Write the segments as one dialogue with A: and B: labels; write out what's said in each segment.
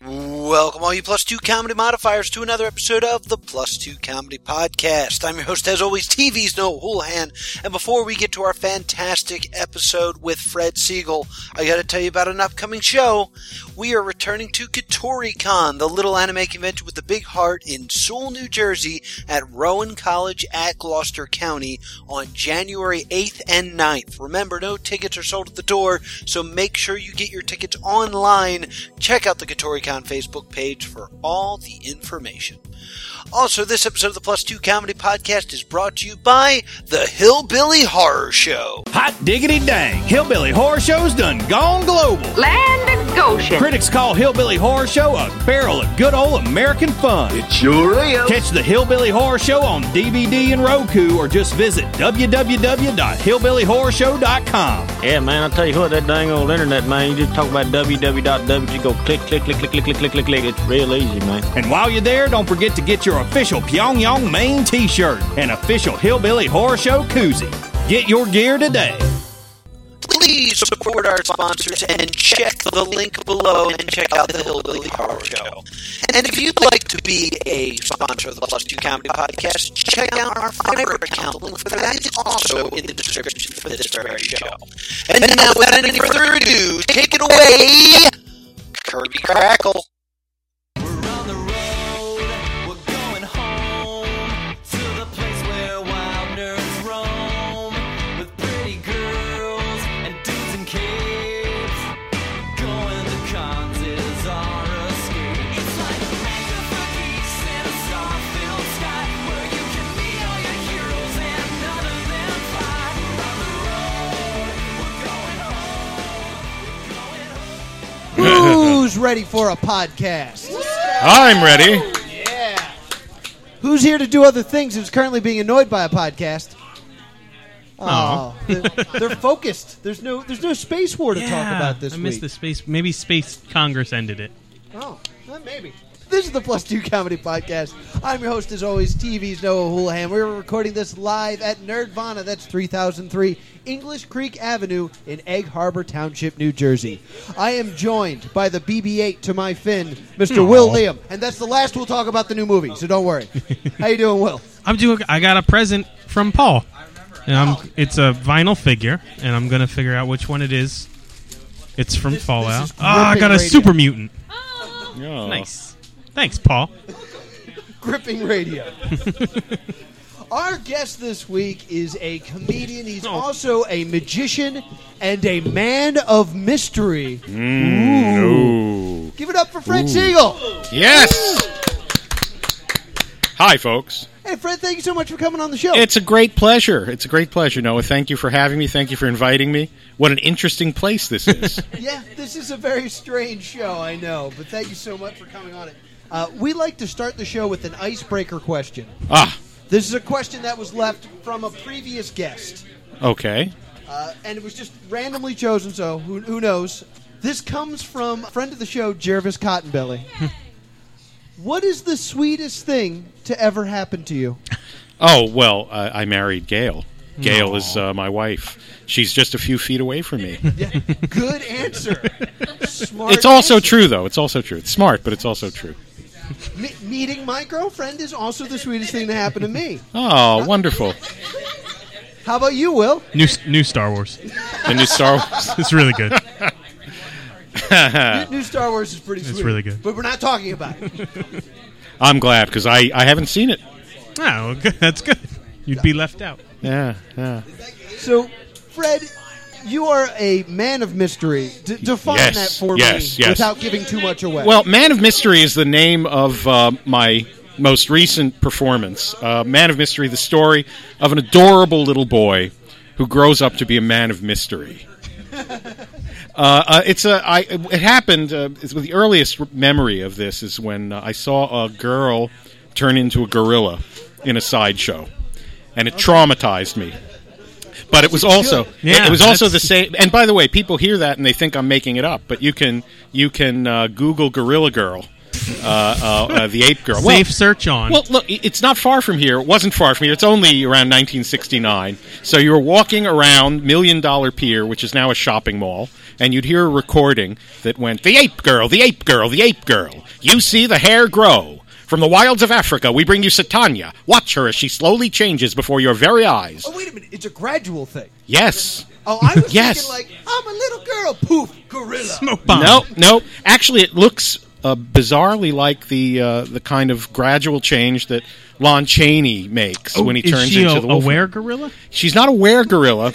A: Welcome, all you plus two comedy modifiers, to another episode of the Plus Two Comedy Podcast. I'm your host, as always, TV's Noah Houlihan. And before we get to our fantastic episode with Fred Siegel, I got to tell you about an upcoming show. We are returning to KatoriCon, the little anime convention with the big heart in Sewell, New Jersey, at Rowan College at Gloucester County on January 8th and 9th. Remember, no tickets are sold at the door, so make sure you get your tickets online. Check out the KatoriCon Facebook page for all the information. Also, this episode of the Plus Two Comedy Podcast is brought to you by The Hillbilly Horror Show.
B: Hot diggity dang! Hillbilly Horror Show's done gone global.
C: Land and Goshen.
B: Critics call Hillbilly Horror Show a barrel of good old American fun.
D: It sure is.
B: Catch the Hillbilly Horror Show on DVD and Roku, or just visit www.hillbillyhorrorshow.com.
E: Yeah, man, I tell you what, that dang old internet, man, you just talk about www. You go click, click, click, click, click, click, click, click, click. It's real easy, man.
B: And while you're there, don't forget to get your official Pyongyang Maine T-shirt and official Hillbilly Horror Show koozie. Get your gear today.
A: Please support our sponsors and check the link below and check out the Hillbilly Horror Show. And if you'd like to be a sponsor of the Plus Two Comedy Podcast, check out our Fiverr account. Link for that is also in the description for this very show. And now, without any further ado, take it away, Kirby Crackle.
F: We're on the road, we're going home to the place where wild nerds roam with pretty girls and dudes in capes. Going to cons is our escape. It's like Mexico Beach in a star-filled sky where you can meet all your heroes and none of them fly. We're on the road, we're going home, we're going home.
G: Who's ready for a podcast?
H: I'm ready.
G: Who's here to do other things who's currently being annoyed by a podcast? Oh, they're, they're focused. There's no there's no space war to talk about this
I: I
G: week.
I: missed the space. Maybe Space Congress ended it.
G: Oh, well, maybe. This is the Plus Two Comedy Podcast. I'm your host, as always, TV's Noah Houlihan. We're recording this live at Nerdvana. That's 3003 English Creek Avenue in Egg Harbor Township, New Jersey. I am joined by the BB-8 to my fin, Mr. Will Liam, and that's the last we'll talk about the new movie. So don't worry. How you doing, Will?
I: I'm doing. I got a present from Paul. And I'm, it's a vinyl figure, and I'm gonna figure out which one it is. It's from
G: This-
I: Fallout.
G: this is
I: oh, I got a
G: gripping
I: super mutant.
H: Yeah.
I: Nice. Thanks, Paul.
G: gripping radio. Our guest this week is a comedian. He's also a magician and a man of mystery. Mm, Ooh. Give it up for Fred Siegel.
H: Yes. Hi, folks.
G: Hey, Fred, thank you so much for coming on the show.
H: It's a great pleasure. It's a great pleasure, Noah. Thank you for having me. Thank you for inviting me. What an interesting place this is.
G: yeah, this is a very strange show, I know, but thank you so much for coming on it. Uh, we like to start the show with an icebreaker question.
H: ah,
G: This is a question that was left from a previous guest.
H: okay.
G: uh, and it was just randomly chosen. So who, who knows? This comes from a friend of the show, Jervis Cottonbelly. what is the sweetest thing to ever happen to you?
H: Oh well, uh, I married Gail. Gail is uh, my wife. She's just a few feet away from me.
G: Good answer. Smart.
H: it's also
G: answer.
H: true, though. It's also true. It's smart, but it's also true.
G: Me- meeting my girlfriend is also the sweetest thing to happen to me.
H: Oh, wonderful!
G: How about you, Will?
I: New s- new Star Wars.
H: The new Star Wars.
I: It's really good.
H: Uh,
G: New- New Star Wars is pretty sweet.
I: really good.
G: But we're not talking about it.
H: I'm glad because I, I haven't seen it.
I: oh, good. that's good. You'd be left out.
H: Yeah, yeah.
G: So, Fred. You are a man of mystery. D- define
H: Yes,
G: that for
H: yes,
G: me
H: yes.
G: without giving too much away.
H: Well, Man of Mystery is the name of uh, my most recent performance. Uh, man of Mystery, the story of an adorable little boy who grows up to be a man of mystery. Uh, uh, it's a. I, it happened. Uh, it's the earliest memory of this is when uh, I saw a girl turn into a gorilla in a sideshow, and it traumatized me. But it was also it-
I: Yeah,
H: it was also
I: that's-
H: the same. And by the way, people hear that and they think I'm making it up. But you can you can uh, Google gorilla girl uh, uh, the ape girl. Well-
I: Safe search on.
H: Well, look, i- it's not far from here. It wasn't far from here. It's only around 1969. So you were walking around Million Dollar Pier, which is now a shopping mall, and you'd hear a recording that went, The ape girl, the ape girl, the ape girl. You see the hair grow. From the wilds of Africa, we bring you Satanya. Watch her as she slowly changes before your very eyes.
G: Oh, wait a minute. It's a gradual thing.
H: Yes.
G: Oh, I was
H: Yes.
G: thinking like I'm a little girl. Poof, gorilla.
I: Smoke bomb.
H: No, no. Actually, it looks uh, bizarrely like the uh, the kind of gradual change that Lon Chaney makes when he
I: Oh, Is
H: turns
I: she
H: into
I: a,
H: the
I: a
H: Wolfman.
I: were gorilla?
H: She's not a were gorilla.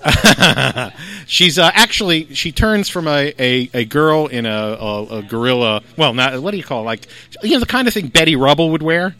H: She's uh, actually she turns from a, a, a girl in a, a, a gorilla. Well, not what do you call it? like you know the kind of thing Betty Rubble would wear.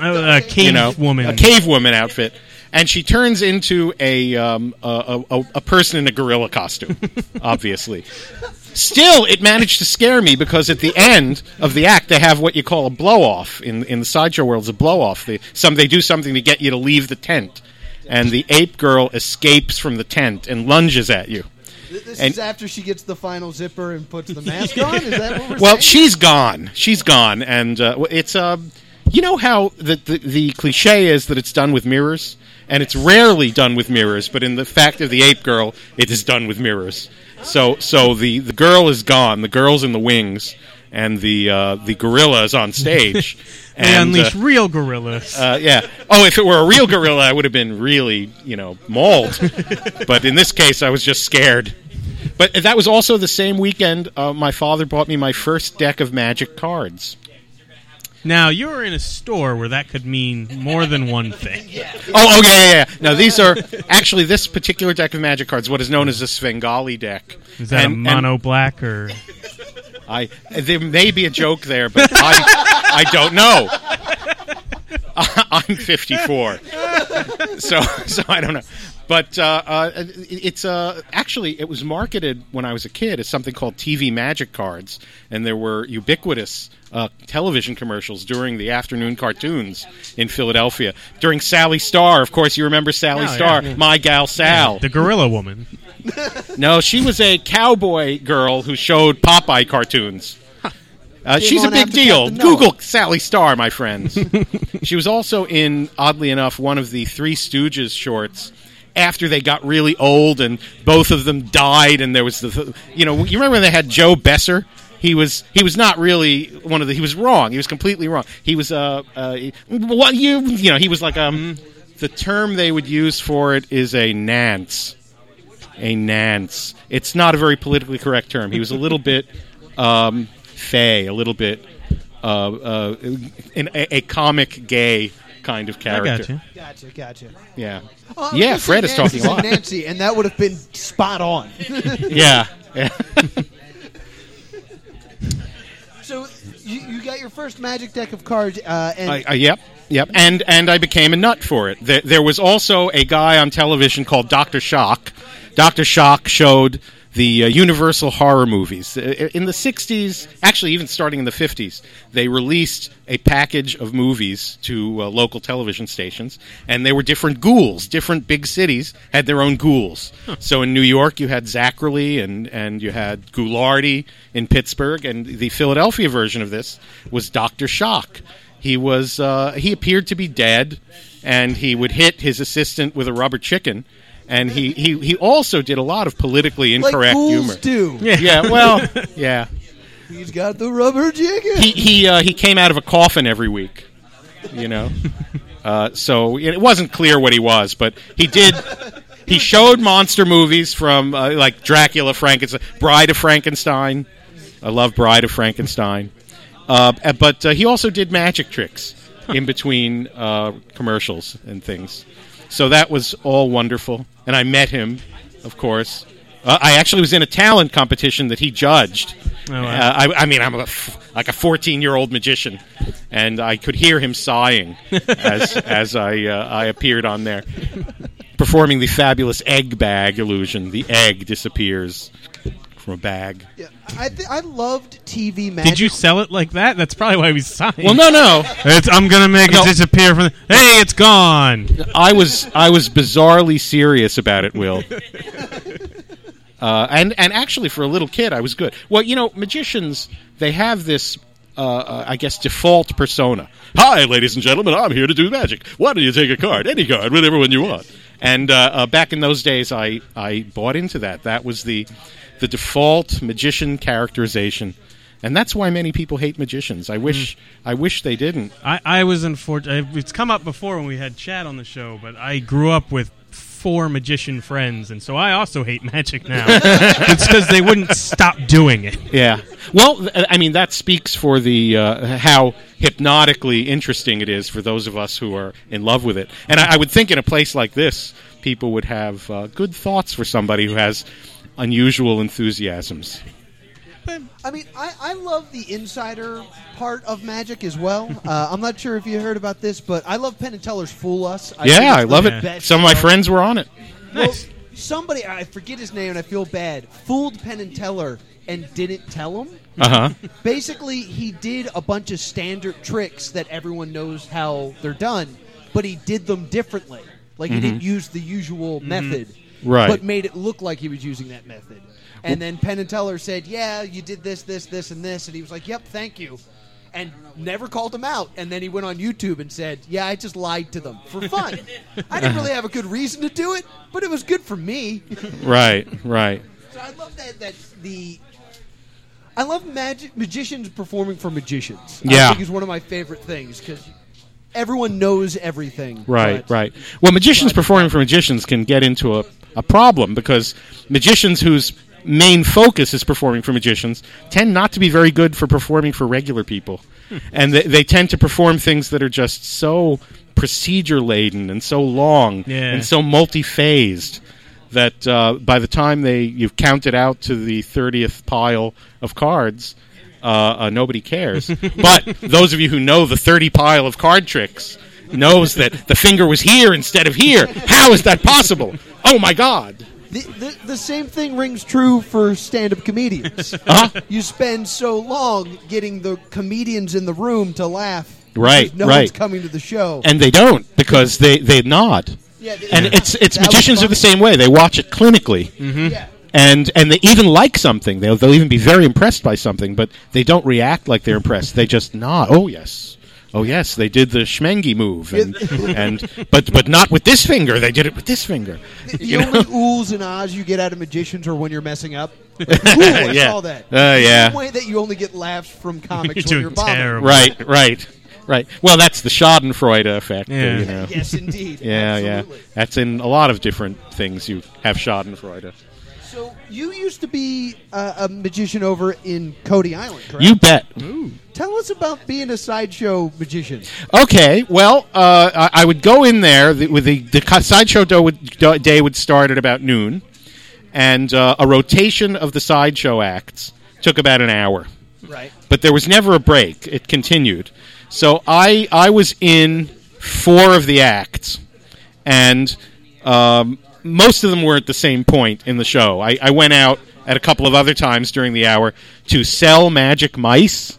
I: Uh, A, a cave
H: You know,
I: woman.
H: a cave woman outfit, and she turns into a um, a, a, a- a person in a gorilla costume. obviously, still it managed to scare me because at the end of the act they have what you call a blow off in in the sideshow world's a blow off. They some they do something to get you to leave the tent, and the ape girl escapes from the tent and lunges at you.
G: This
H: And-
G: is after she gets the final zipper and puts the mask on. Is that what we're
H: Well,
G: saying?
H: she's gone. She's gone, and uh, w- it's um, you know how the, the the cliche is that it's done with mirrors, and it's rarely done with mirrors. But in the fact of the ape girl, it is done with mirrors. So so the the girl is gone. The girl's in the wings, and the uh, the gorilla is on stage.
I: They unleash
H: uh,
I: real gorillas.
H: uh, yeah. Oh, if it were a real gorilla, I would have been really, you know, mauled. but in this case, I was just scared. But that was also the same weekend uh, my father bought me my first deck of magic cards.
I: now you were in a store where that could mean more than one thing.
H: Oh, oh yeah, yeah, yeah. Now these are actually this particular deck of magic cards, what is known as the Svengali deck.
I: Is that
H: And-
I: a
H: and
I: mono black or?
H: I there may be a joke there, but I I don't know. I'm 54, so so I don't know. But uh, uh, it's uh, actually it was marketed when I was a kid as something called TV Magic cards, and there were ubiquitous uh, television commercials during the afternoon cartoons in Philadelphia. During Sally Star, of course, you remember Sally
I: Oh, yeah.
H: Star, my gal Sal.
I: The gorilla woman.
H: No, she was a cowboy girl who showed Popeye cartoons. Uh, she's a
G: on
H: big
G: after
H: deal.
G: Captain Noah.
H: Google Sally Star, my friends. she was also in, oddly enough, one of the Three Stooges shorts. After they got really old and both of them died, and there was the, you know, you remember when they had Joe Besser? He was he was not really one of the. He was wrong. He was completely wrong. He was uh, uh what you you know he was like um the term they would use for it is a nance a nance. It's not a very politically correct term. He was a little bit um, fey, a little bit uh, uh, an, a, a comic gay kind of
I: I
H: character.
I: got you.
G: gotcha, gotcha.
H: Yeah,
G: Oh, I was
H: yeah.
G: gonna say
H: Fred is
G: Nancy
H: talking a
G: said
H: lot.
G: Nancy, and that would have been spot on.
H: Yeah. yeah.
G: so you, you got your first magic deck of cards, uh, and
H: I, I, yep, yep. And and I became a nut for it. There, there was also a guy on television called Doctor Shock. Doctor Shock showed the uh, Universal horror movies Uh, in the '60s. Actually, even starting in the '50s, they released a package of movies to uh, local television stations, and they were different ghouls. Different big cities had their own ghouls. So in New York, you had Zachary and and you had Goulardi in Pittsburgh, and the Philadelphia version of this was Doctor Shock. He was uh, he appeared to be dead, and he would hit his assistant with a rubber chicken, and he he, he also did a lot of politically
G: like
H: incorrect humor.
G: ghouls do.
H: Yeah, well, yeah.
G: He's got the rubber chicken.
H: He he uh, he came out of a coffin every week, you know. Uh, so it wasn't clear what he was, but he did. He showed monster movies from uh, like Dracula, Frankenstein, Bride of Frankenstein. I love Bride of Frankenstein. Uh, uh, but uh, he also did magic tricks in between uh, commercials and things. So that was all wonderful. And I met him, of course. Uh, I actually was in a talent competition that he judged.
I: Oh, wow.
H: Uh, I, I mean, I'm a f- like a 14 year old magician, and I could hear him sighing as as I uh, I appeared on there, performing the fabulous egg bag illusion. The egg disappears from a bag.
G: Yeah, I, th- I loved TV magic.
I: Did you sell it like that? That's probably why we signed.
H: Well, no, no.
I: It's, I'm gonna make
H: No.
I: it disappear from. The, hey, it's gone.
H: I was I was bizarrely serious about it, Will. Uh, and and actually, for a little kid, I was good. Well, you know, magicians they have this. Uh, uh, I guess default persona. Hi, ladies and gentlemen, I'm here to do magic. Why don't you take a card, any card, whatever one you want? And uh, uh, back in those days, I, I bought into that. That was the the default magician characterization, and that's why many people hate magicians. I wish I wish they didn't.
I: I, I was unfortunate. It's come up before when we had Chad on the show, but I grew up with four magician friends, and so I also hate magic now. it's because they wouldn't stop doing it.
H: Yeah. Well, th- I mean, that speaks for the uh, how hypnotically interesting it is for those of us who are in love with it. And I, I would think in a place like this, people would have uh, good thoughts for somebody who has unusual enthusiasms.
G: I mean, I, I love the insider part of Magic as well. Uh, I'm not sure if you heard about this, but I love Penn and Teller's Fool Us. I think
H: yeah,
G: it's
H: I
G: the
H: love it.
G: best
H: Some of my
G: show.
H: friends were on it.
G: Well, somebody, I forget his name and I feel bad, fooled Penn and Teller and didn't tell him.
H: Uh huh.
G: Basically, he did a bunch of standard tricks that everyone knows how they're done, but he did them differently. Like he didn't use the usual method,
H: Right.
G: But made it look like he was using that method. And then Penn and Teller said, "Yeah, you did this, this, this, and this," and he was like, "Yep, thank you." And never called him out. And then he went on YouTube and said, "Yeah, I just lied to them for fun. I didn't really have a good reason to do it, but it was good for me."
H: Right. Right.
G: So I love that that the I love magic magicians performing for magicians.
H: Yeah.
G: I think is one of my favorite things because everyone knows everything.
H: Right,
G: but-
H: right. Well, magicians performing for magicians can get into a, a problem because magicians whose main focus is performing for magicians tend not to be very good for performing for regular people. And they, they tend to perform things that are just so procedure laden and so long
I: Yeah.
H: and so multi phased that uh, by the time they you've counted out to the 30th pile of cards, uh, uh, nobody cares. but those of you who know the 30 pile of card tricks knows that the finger was here instead of here. How is that possible? Oh my God!
G: The, the, the same thing rings true for stand-up comedians.
H: Uh-huh.
G: You spend so long getting the comedians in the room to laugh. because
H: Right,
G: No one's
H: right.
G: coming to the show.
H: And they don't because they, they nod.
G: Yeah, they-
H: and it's it's
G: That was Mm-hmm.
H: magicians are
G: funny.
H: the Hmm. same way. They watch it clinically.
G: yeah.
H: and and they even like something. They'll they'll even be very impressed by something, but they don't react like they're impressed. They just nod. Oh yes. Oh yes, they did the Schmengi move, and, and but but not with this finger. They did it with this finger.
G: The only oohs and ahs you get out of magicians are when you're messing up. Like, Ooh, I
H: Yeah.
G: saw that.
H: Uh, yeah.
G: Same way that you only get laughs from comics
I: You're
G: when you're
I: doing
G: bombing.
I: terrible.
H: Right, right, right. Well, that's the Schadenfreude effect. uh,
I: Yeah.
H: you know.
G: Yes, indeed.
H: Yeah,
G: Absolutely.
H: yeah. That's in a lot of different things. You have Schadenfreude.
G: So you used to be uh, a magician over in Cody Island, correct?
H: You bet.
G: Tell us about being a sideshow magician.
H: Okay, well, uh, I I would go in there the, with the the co- sideshow do would, do, day would start at about noon, and uh, a rotation of the sideshow acts took about an hour,
G: Right.
H: but there was never a break. It continued, so I I was in four of the acts, and um, most of them were at the same point in the show. I, I went out at a couple of other times during the hour to sell magic mice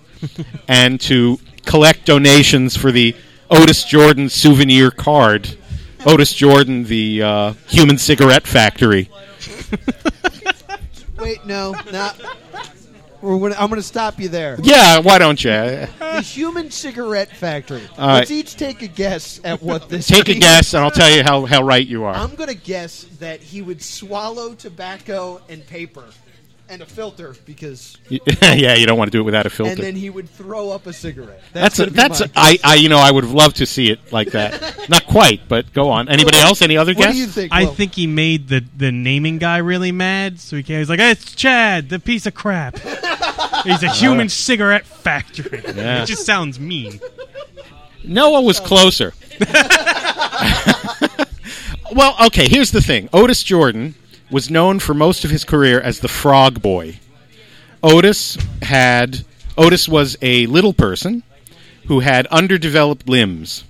H: and to collect donations for the Otis Jordan souvenir card. Otis Jordan, the uh, human cigarette factory.
G: Wait, no, not. We're gonna, I'm going to stop you there.
H: Yeah, why don't you?
G: The Human Cigarette Factory.
H: All
G: Let's
H: right.
G: each take a guess at what this.
H: Take a
G: means.
H: guess, and I'll tell you how, how right you are.
G: I'm going to guess that he would swallow tobacco and paper, and a filter because,
H: yeah, you don't want to do it without a filter.
G: and then he would throw up a cigarette.
H: that's a,
G: gonna be
H: that's a,
G: mine.
H: I, I you know I would have loved to see it like that. Not quite, but go on. Anybody else? Any other
G: What
H: guess?
G: do you think?
I: I
G: Will?
I: think he made the, the naming guy really mad, so he came. He's like, "It's Chad, the piece of crap. He's a human cigarette factory."
H: Yeah.
I: It just sounds mean.
H: Noah was closer. well, okay, here's the thing. Otis Jordan was known for most of his career as the frog boy. Otis had Otis was a little person who had underdeveloped limbs.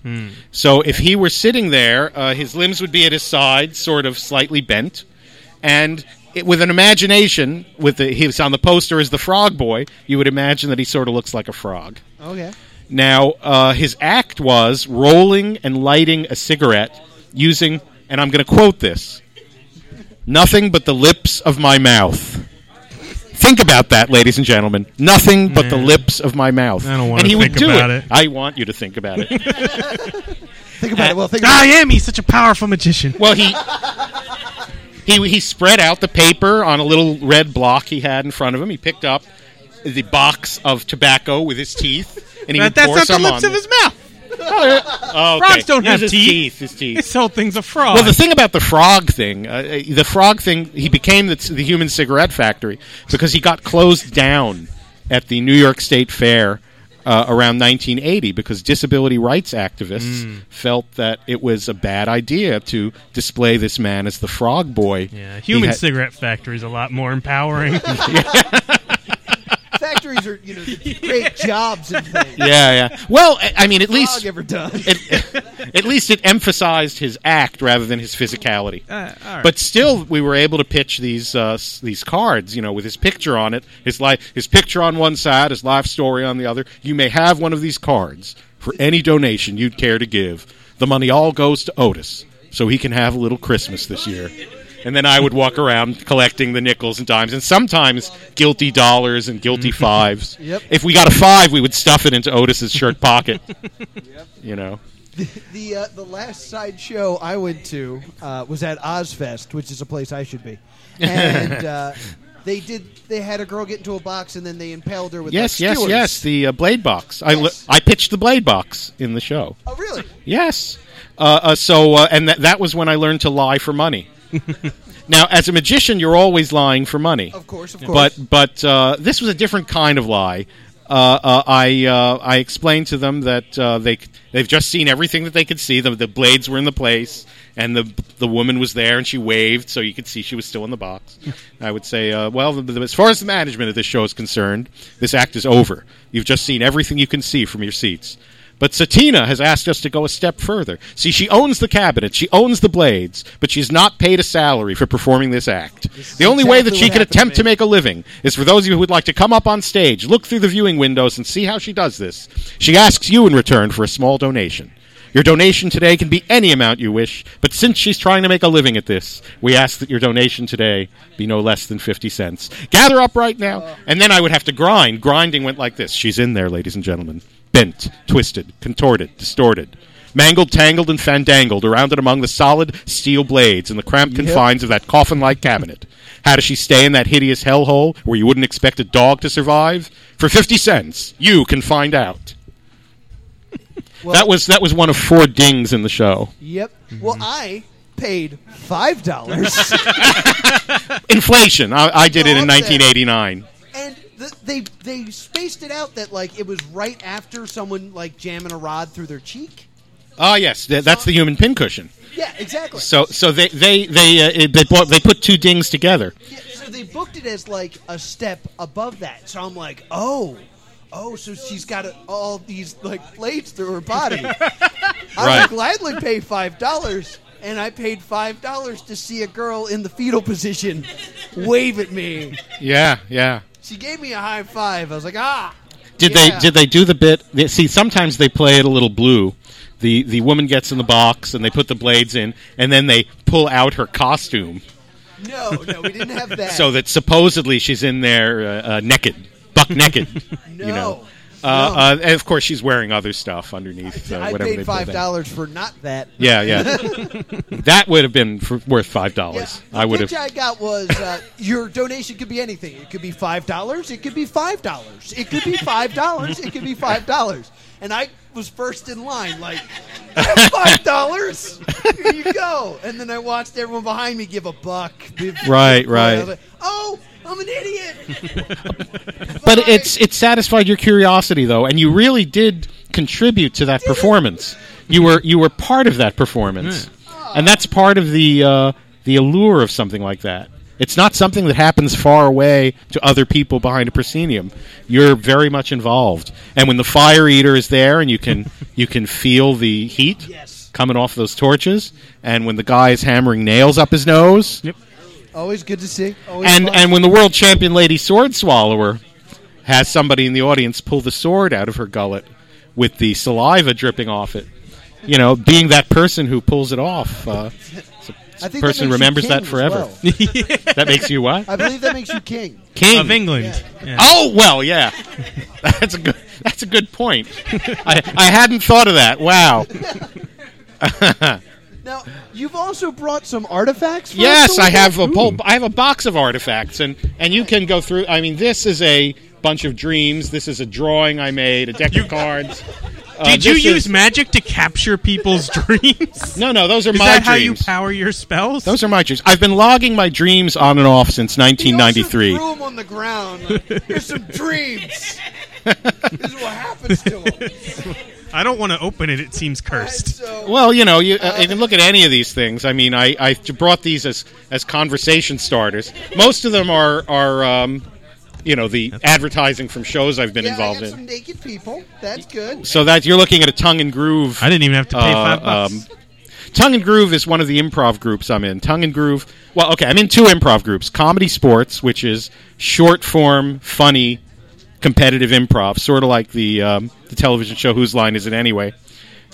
H: So if he were sitting there, uh, his limbs would be at his sides, sort of slightly bent, and it, with an imagination, with the, he was on the poster as the frog boy, you would imagine that he sort of looks like a frog.
G: Okay.
H: Now, uh, his act was rolling and lighting a cigarette using, and I'm going to quote this nothing but the lips of my mouth. Think about that, ladies and gentlemen. Nothing but the
I: Nah.
H: lips of my mouth.
I: I don't wanna
H: and he would
I: think
H: do
I: about
H: it.
I: it.
H: I want you to think about it.
G: Think about it. Well, think about
I: I am. He's such a powerful magician.
H: Well, he he he spread out the paper on a little red block he had in front of him. He picked up the box of tobacco with his teeth, and he
I: That-
H: would
I: that's
H: pour
I: not the
H: some
I: lips
H: on
I: of his mouth.
H: Oh, okay.
I: Frogs don't
H: Here's
I: have
H: his
I: teeth.
H: His teeth.
I: This whole thing's a fraud.
H: Well, the thing about the frog thing, uh, uh, the frog thing, he became the, the human cigarette factory because he got closed down at the New York State Fair uh, around 1980 because disability rights activists
I: Hmm.
H: felt that it was a bad idea to display this man as the frog boy.
I: yeah,
H: He
I: human
H: had-
I: cigarette factory is a lot more empowering.
G: it. Factories are you know great jobs and things.
H: Yeah, yeah. Well, I- I mean, at
G: Dog
H: least.
G: ever done?
H: At, at least it emphasized his act rather than his physicality.
I: Uh, all right.
H: But still, we were able to pitch these uh, s- these cards, you know, with his picture on it, his life, his picture on one side, his life story on the other. You may have one of these cards for any donation you'd care to give. The money all goes to Otis, so he can have a little Christmas this year. And then I would walk around collecting the nickels and dimes, and sometimes guilty dollars and guilty fives.
G: Yep.
H: If we got a five, we would stuff it into Otis's shirt pocket. You know.
G: The uh, the last side show I went to uh, was at Ozfest, which is a place I should be, and uh, they did they had a girl get into a box and then they impaled her with
H: Yes,
G: like,
H: yes,
G: skewers.
H: yes. The uh, blade box. I l-
G: Yes.
H: I pitched the blade box in the show.
G: Oh really?
H: Yes. Uh, uh, so, uh, and that that was when I learned to lie for money. now, as a magician, you're always lying for money.
G: Of course, of course.
H: But but uh, this was a different kind of lie. Uh, uh, I uh, I explained to them that uh, they c- they've just seen everything that they could see. The, the blades were in the place, and the the woman was there, and she waved, so you could see she was still in the box. I would say, uh, well, the, the, as far as the management of this show is concerned, this act is over. You've just seen everything you can see from your seats. But Satina has asked us to go a step further. See, she owns the cabinet, she owns the blades, but she's not paid a salary for performing this act. the only way that
G: exactly
H: she
G: what
H: can
G: happened to
H: attempt
G: me.
H: to make a living is for those of you who would like to come up on stage, look through the viewing windows, and see how she does this. She asks you in return for a small donation. Your donation today can be any amount you wish, but since she's trying to make a living at this, we ask that your donation today be no less than 50 cents. Gather up right now, and then I would have to grind. Grinding went like this. She's in there, ladies and gentlemen. Bent, twisted, contorted, distorted. Mangled, tangled, and fandangled around and among the solid steel blades in the cramped confines of that coffin like cabinet. How does she stay in that hideous hellhole where you wouldn't expect a dog to survive? For 50 cents, you can find out. that was that was one of four dings in the show.
G: yep. Well, I paid five dollars,
H: Inflation. I, I did it
G: Go
H: in
G: up there.
H: 1989.
G: and th they they spaced it out that like it was right after someone like jamming a rod through their cheek.
H: Ah, yes, th- that's the human pincushion.
G: Yeah, exactly.
H: So so they they they uh, it- they, bought, they put two dings together.
G: Yeah, so they booked it as like a step above that. So I'm like, oh, oh, so she's got a, all these like blades through her body. I
H: Right.
G: would gladly pay five dollars, and I paid five dollars to see a girl in the fetal position wave at me.
H: Yeah, yeah.
G: She gave me a high five. I was like, ah,
H: Did
G: Yeah.
H: they did they do the bit? they- See, sometimes they play it a little blue. The the woman gets in the box and they put the blades in, and then they pull out her costume
G: no, no, we didn't have that.
H: so that supposedly she's in there uh, uh, naked, buck naked.
G: no.
H: you know.
G: no.
H: Uh, uh, and of course, she's wearing other stuff underneath. Uh,
G: I
H: whatever they
G: paid
H: put
G: five
H: there.
G: dollars for not that.
H: Yeah, yeah. that would have been for, worth five dollars.
G: the
H: I would
G: pitch
H: have.
G: I got was uh, your donation could be anything. It could be five dollars. It could be five dollars. It could be five dollars. It could be five dollars. And I was first in line, like five dollars. Here you go. And then I watched everyone behind me give a buck.
H: Right,
G: I
H: right.
G: was like, oh, I'm an idiot.
H: But it's it satisfied your curiosity though, and you really did contribute to that performance. You were you were part of that performance, and that's part of the uh, the allure of something like that. It's not something that happens far away to other people behind a proscenium. You're very much involved, and when the fire eater is there, and you can you can feel the heat
G: Yes.
H: coming off those torches, and when the guy is hammering nails up his nose,
G: Always good to see. Always
H: and
G: fun.
H: and when the world champion lady sword swallower has somebody in the audience pull the sword out of her gullet with the saliva dripping off it, you know, being that person who pulls it off, uh, it's a
G: I think that
H: person
G: makes you
H: remembers
G: king
H: that
G: as
H: forever.
G: well.
H: That makes you what?
G: I believe that makes you king.
H: King
I: of England. Yeah.
H: Oh well, yeah. That's a good. That's a good point. I, I hadn't thought of that. Wow.
G: Now, you've also brought some artifacts. For us
H: Yes,
G: to
H: I
G: look
H: have a
G: at?
H: bulb. I have a box of artifacts, and and you can go through. I mean, this is a bunch of dreams. This is a drawing I made, a deck of cards. Uh,
I: Did you
H: this
I: use
H: is-
I: magic to capture people's dreams?
H: No, no, those are
I: Is
H: my
I: that how you
H: dreams.
I: power your spells?
H: those are my dreams. I've been logging my dreams on and off since
G: He also
H: 1993.
G: threw 'em on the ground. Here's some dreams. this is what happens to them.
I: I don't want to open it. It seems cursed.
H: Well, you know, you, uh, you can look at any of these things. I mean, I, I brought these as, as conversation starters. Most of them are are um, you know the advertising from shows I've been
G: yeah, I
H: involved
G: got some
H: in.
G: naked people. That's good.
H: So that you're looking at a tongue and groove.
I: I didn't even have to pay
H: Uh,
I: five bucks.
H: um, Tongue and Groove is one of the improv groups I'm in. Tongue and Groove. Well, okay, I'm in two improv groups: Comedy Sports, which is short form, funny, competitive improv, sort of like the um, the television show Whose Line Is It Anyway?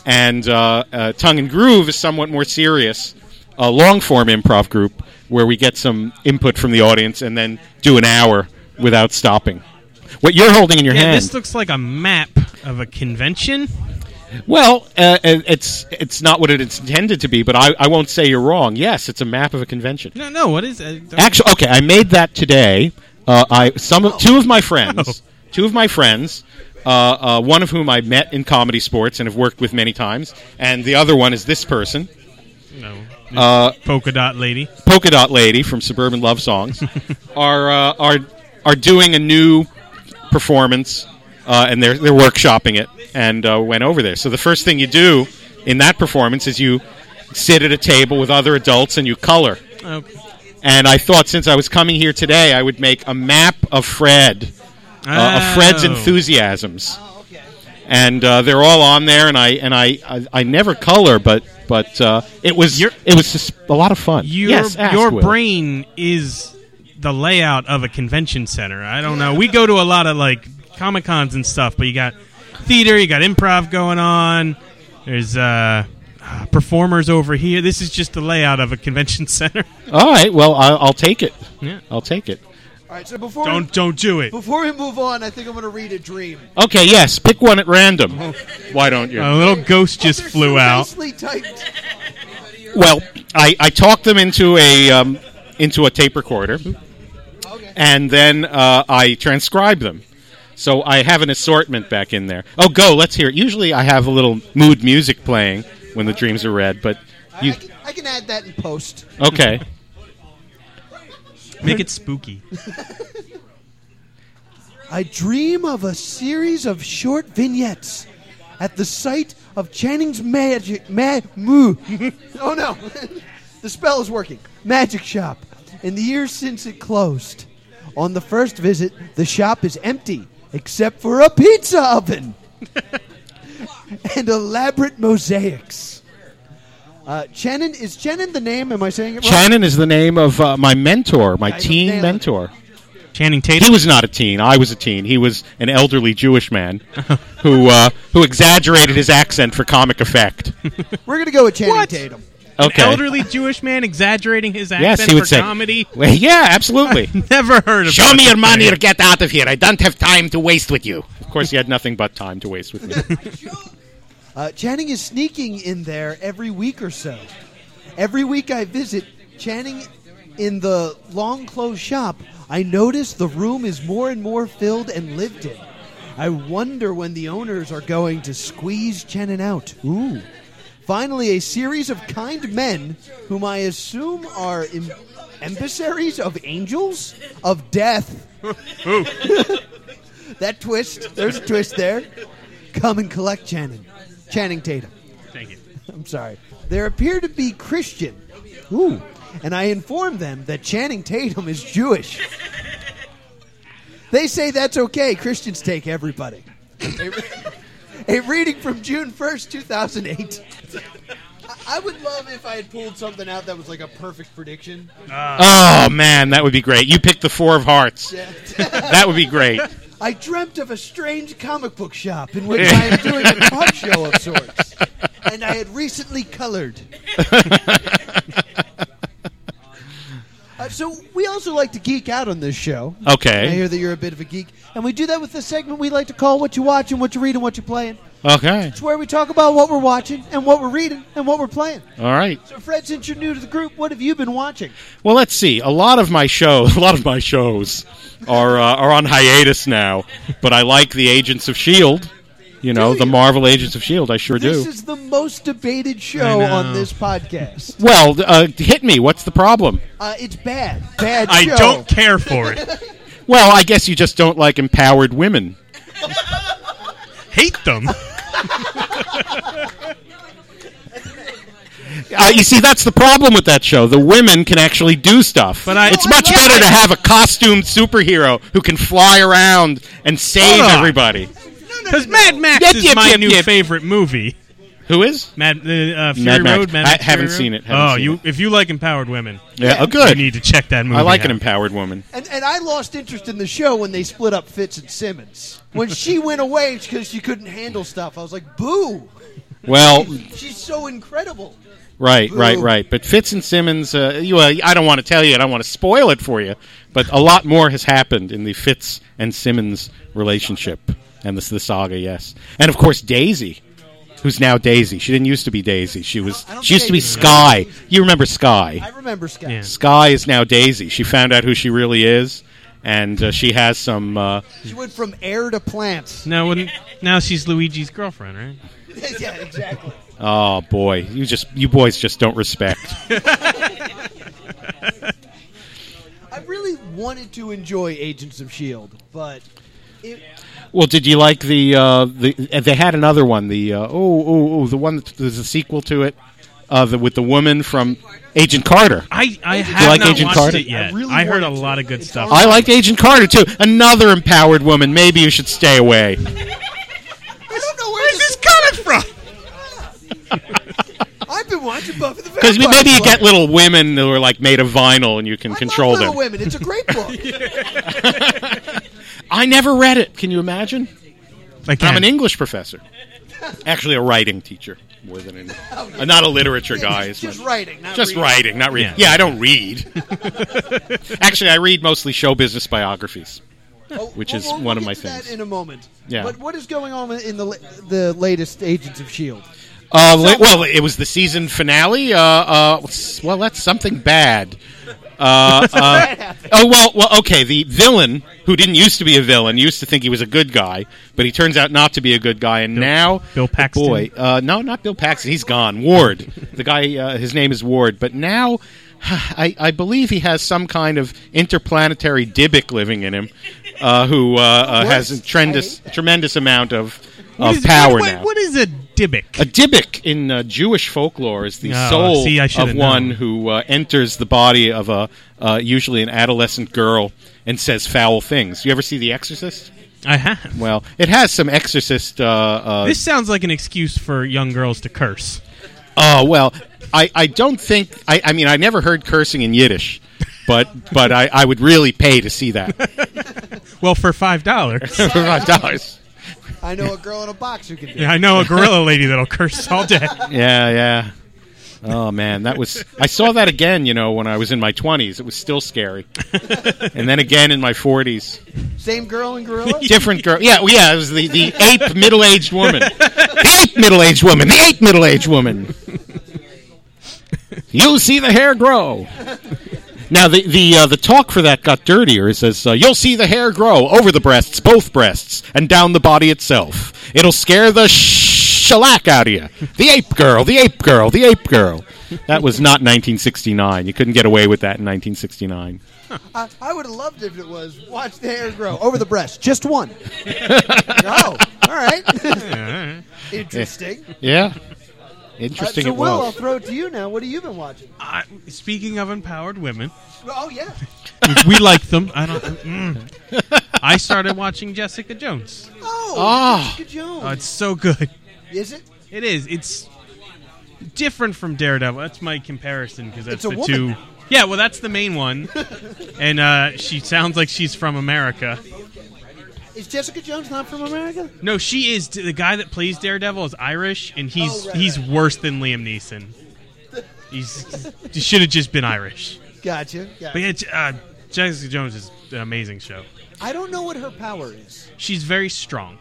H: And uh, uh, Tongue and Groove is somewhat more serious, a long form improv group where we get some input from the audience and then do an hour without stopping. What you're holding in your
I: yeah,
H: hand?
I: this looks like a map of a convention.
H: Well, uh, uh, it's it's not what it's intended to be, but I, I won't say you're wrong. Yes, it's a map of a convention.
I: No, no. What is uh, it?
H: Actually, okay, I made that today. Uh, I some of, two of my friends, two of my friends, uh, uh, one of whom I met in comedy sports and have worked with many times, and the other one is this person,
I: No.
H: Uh,
I: polka dot lady.
H: polka dot lady from Suburban Love Songs, are uh, are are doing a new performance, uh, and they're they're workshopping it, and uh, went over there. So the first thing you do in that performance is you sit at a table with other adults and you color.
I: Okay.
H: And I thought since I was coming here today, I would make a map of Fred, uh, of Fred's
I: Oh.
H: enthusiasms. And uh, they're all on there, and I and I I, I never color, but but uh, it was
I: You're-
H: it was just a lot of fun.
I: Your
H: yes, ask
I: your
H: Will.
I: brain is the layout of a convention center. I don't know. We go to a lot of like comic cons and stuff, but you got theater, you got improv going on. There's uh, uh, performers over here. This is just the layout of a convention center.
H: All right. Well, I'll, I'll take it.
I: Yeah.
H: I'll take it.
G: All right, so before we,
I: Don't don't do it.
G: before we move on, I think I'm going to read a dream.
H: Okay. Yes. Pick one at random. Why don't you?
I: A little ghost just
G: They're so
I: flew out.
G: Nicely typed.
H: Well, I, I talked them into a um, into a tape recorder, and then uh, I transcribe them. So I have an assortment back in there. Oh, go! Let's hear it. Usually, I have a little mood music playing when the dreams are read, but you
G: I, can, I can add that in post.
H: okay?
I: Make it spooky.
G: I dream of a series of short vignettes at the site of Channing's magic ma- moo. oh no, the spell is working. Magic shop. In the years since it closed, on the first visit, the shop is empty except for a pizza oven and elaborate mosaics. Uh, Channon is Channon the name? Am I saying it wrong?
H: Shannon is the name of uh, my mentor, my teen
G: nailed it.
H: mentor.
I: Channing
H: He
I: Tatum.
H: was not a teen. I was a teen. He was an elderly Jewish man who uh, who exaggerated his accent for comic effect.
G: We're gonna go with Channing
I: What?
G: Tatum.
H: Okay.
I: Elderly Jewish man exaggerating his accent
H: yes, he would
I: for
H: say
I: comedy.
H: Well, yeah, absolutely.
I: Never heard of.
H: Show
I: such
H: me
I: a
H: your money
I: thing.
H: or get out of here. I don't have time to waste with you. Of course, he had nothing but time to waste with me.
G: Uh, Channing is sneaking in there every week or so. Every week I visit Channing in the long closed shop. I notice the room is more and more filled and lived in. I wonder when the owners are going to squeeze Channing out. Ooh. Finally, a series of kind men, whom I assume are em- emissaries of angels of death. that twist, there's a twist there. Come and collect Channing. Channing Tatum.
I: Thank you.
G: I'm sorry. There appear to be Christian. Ooh. And I inform them that Channing Tatum is Jewish. They say that's okay. Christians take everybody. A, a reading from June 1st, 2008. I, I would love if I had pulled something out that was like a perfect prediction.
I: Uh,
H: oh man, that would be great. You picked the four of hearts. That would be great.
G: I dreamt of a strange comic book shop in which I am doing a talk show of sorts, and I had recently colored. Uh, so we also like to geek out on this show. I
H: Okay.
G: hear that you're a bit of a geek, and we do that with the segment we like to call "What You Watching, What You Reading, What You Playing."
H: Okay.
G: It's where we talk about what we're watching and what we're reading and what we're playing.
H: All right.
G: So, Fred, since you're new to the group, what have you been watching?
H: Well, let's see. A lot of my show, a lot of my shows, are uh, are on hiatus now. But I like the Agents of Shield. You know, the Marvel Agents of Shield. I sure
G: This
H: do.
G: is the most debated show on
I: know.
G: this podcast.
H: well, uh, hit me. What's the problem?
G: Uh, it's bad, bad.
I: I
G: show.
I: don't care for it.
H: Well, I guess you just don't like empowered women.
I: Hate them.
H: Uh, you see, that's the problem with that show. The women can actually do stuff.
I: But I-
H: it's
I: Oh, I
H: much
I: love
H: better
I: it.
H: to have a costumed superhero who can fly around and save
I: Hold on.
H: everybody.
I: Because Mad Max
H: Yep,
I: is
H: yep,
I: my
H: yep,
I: new
H: yep.
I: favorite movie.
H: Who is?
I: Mad uh, uh, Fury
H: Mad Max.
I: Road. Mad
H: I
I: Max Fury
H: haven't
I: Road?
H: seen it, haven't
I: Oh,
H: seen
I: you
H: it.
I: if you like empowered women,
H: Yeah, oh,
I: you
H: good.
I: need to check that movie.
H: I like
I: out.
H: an empowered woman.
G: And, and I lost interest in the show when they split up Fitz and Simmons. When she went away because she couldn't handle stuff, I was like, "Boo!
H: Well,
G: She's so incredible."
H: right, right,
G: Ooh.
H: right. But Fitz and Simmons, uh, you, uh, I don't want to tell you, I don't want to spoil it for you, but a lot more has happened in the Fitz and Simmons relationship and this the saga, yes. And of course, Daisy, who's now Daisy. She didn't used to be Daisy. She was.
G: I don't
H: She used to be
G: think
H: Sky. You remember Sky?
G: I remember Scott.
I: Yeah.
H: Sky is now Daisy. She found out who she really is, and uh, she has some. Uh,
G: She went from air to plants.
I: Now, when, now she's Luigi's girlfriend, right?
G: yeah, exactly.
H: oh boy, you just you boys just don't respect.
G: I really wanted to enjoy Agents of Shield, E but it,
H: well, did you like the uh, the? uh, They had another one. The uh, oh oh oh the one that there's a sequel to it, uh, the, with the woman from Agent Carter.
I: I, I have
H: like
I: not
H: Agent
I: watched
H: Carter?
I: it yet.
G: I really
I: I heard a
G: wanted to.
I: lot of good
G: It's
I: stuff.
H: I liked Agent Carter too. Another empowered woman. Maybe you should stay away.
G: I don't know where this.
I: coming from?
G: I've been watching Buffy the Vampire
H: Because maybe you
G: Slayer.
H: get little women who are like made of vinyl, and you can
G: I
H: control
G: love Little
H: them.
G: Women. It's a great book.
H: I never read it. Can you imagine?
I: I
H: I'm
I: can't.
H: an English professor. Actually, a writing teacher more than an uh, not a literature guy. as
G: just, Oh, just
H: much.
G: writing, not
H: Just
G: reading.
H: writing, not reading. Yeah,
I: Yeah.
H: I don't read. Actually, I read mostly show business biographies.
G: Oh,
H: which
G: well,
H: is
G: we'll- we'll
H: one of
G: get
H: my
G: to that
H: things.
G: in a moment.
H: Yeah.
G: But what is going on in the la- the latest Agents of Shield?
H: Uh, li- well, it was the season finale. Uh, uh, s- well, that's something bad. Uh, uh, oh well, well, okay. The villain who didn't used to be a villain used to think he was a good guy, but he turns out not to be a good guy. And now,
I: Bill Paxton?
H: Boy, uh, no, not Bill Paxton. He's gone. Ward. the guy. Uh, his name is Ward. But now, I, I believe he has some kind of interplanetary Dybbuk living in him, uh, who uh, uh, has a tremendous, tremendous amount of.
I: What
H: Of
I: is-
H: power
I: what-
H: now.
I: What is a
H: A
I: Dybbuk?
H: Dybbuk in uh, Jewish folklore is the
I: Oh,
H: soul
I: see, I should
H: of
I: have
H: one
I: known.
H: who uh, enters the body of a uh, usually an adolescent girl and says foul things. You ever see The Exorcist?
I: I have.
H: Well, it has some exorcist. Uh, uh,
I: This sounds like an excuse for young girls to curse.
H: oh well, I, I don't think I, I mean I never heard cursing in Yiddish, but but I, I would really pay to see that
I: Well, for five dollars,
H: for five dollars.
G: I know a girl in a box who can do. it.
I: I know a gorilla lady that'll curse all day.
H: Yeah, yeah. Oh man, that was. I saw that again. You know, when I was in my twenties, it was still scary, and then again in my forties.
G: Same girl in Gorilla.
H: different girl. Yeah, well, yeah, it was the, the ape middle aged woman. The ape middle aged woman. The ape middle aged woman. You'll see the hair grow. Now the the uh, the talk for that got dirtier. It says uh, you'll see the hair grow over the breasts, both breasts, and down the body itself. It'll scare the sh- shellac out of you. The ape girl, the ape girl, the ape girl. That was not 1969. You couldn't get away with that in 1969.
G: I, I would have loved it if it was watch the hair grow over the breast, just one. oh, all right. Interesting.
H: Yeah,
G: Uh,
H: interesting.
G: so,
H: it
G: Will,
H: was.
G: I'll throw it to you now. What have you been watching?
I: I, speaking of empowered women,
H: Uh,
G: Oh yeah,
I: we like them. I don't. mm. I started watching Jessica Jones.
G: oh,
H: Ah.
G: Jessica Jones.
I: Oh, it's so good.
G: Is it?
I: It is. It's different from Daredevil. That's my comparison because
G: It's
I: that's
G: a
I: the
G: woman.
I: two. Yeah, well, that's the main one, and uh, she sounds like she's from America.
G: Is Jessica Jones not from America?
I: No, she is. The guy that plays Daredevil is Irish, and he's
G: Oh, right,
I: he's
G: right.
I: worse than Liam Neeson. He's he should have just been Irish.
G: Gotcha. Yeah.
I: But yeah, J- uh, Jessica Jones is an amazing show.
G: I don't know what her power is.
I: She's very strong.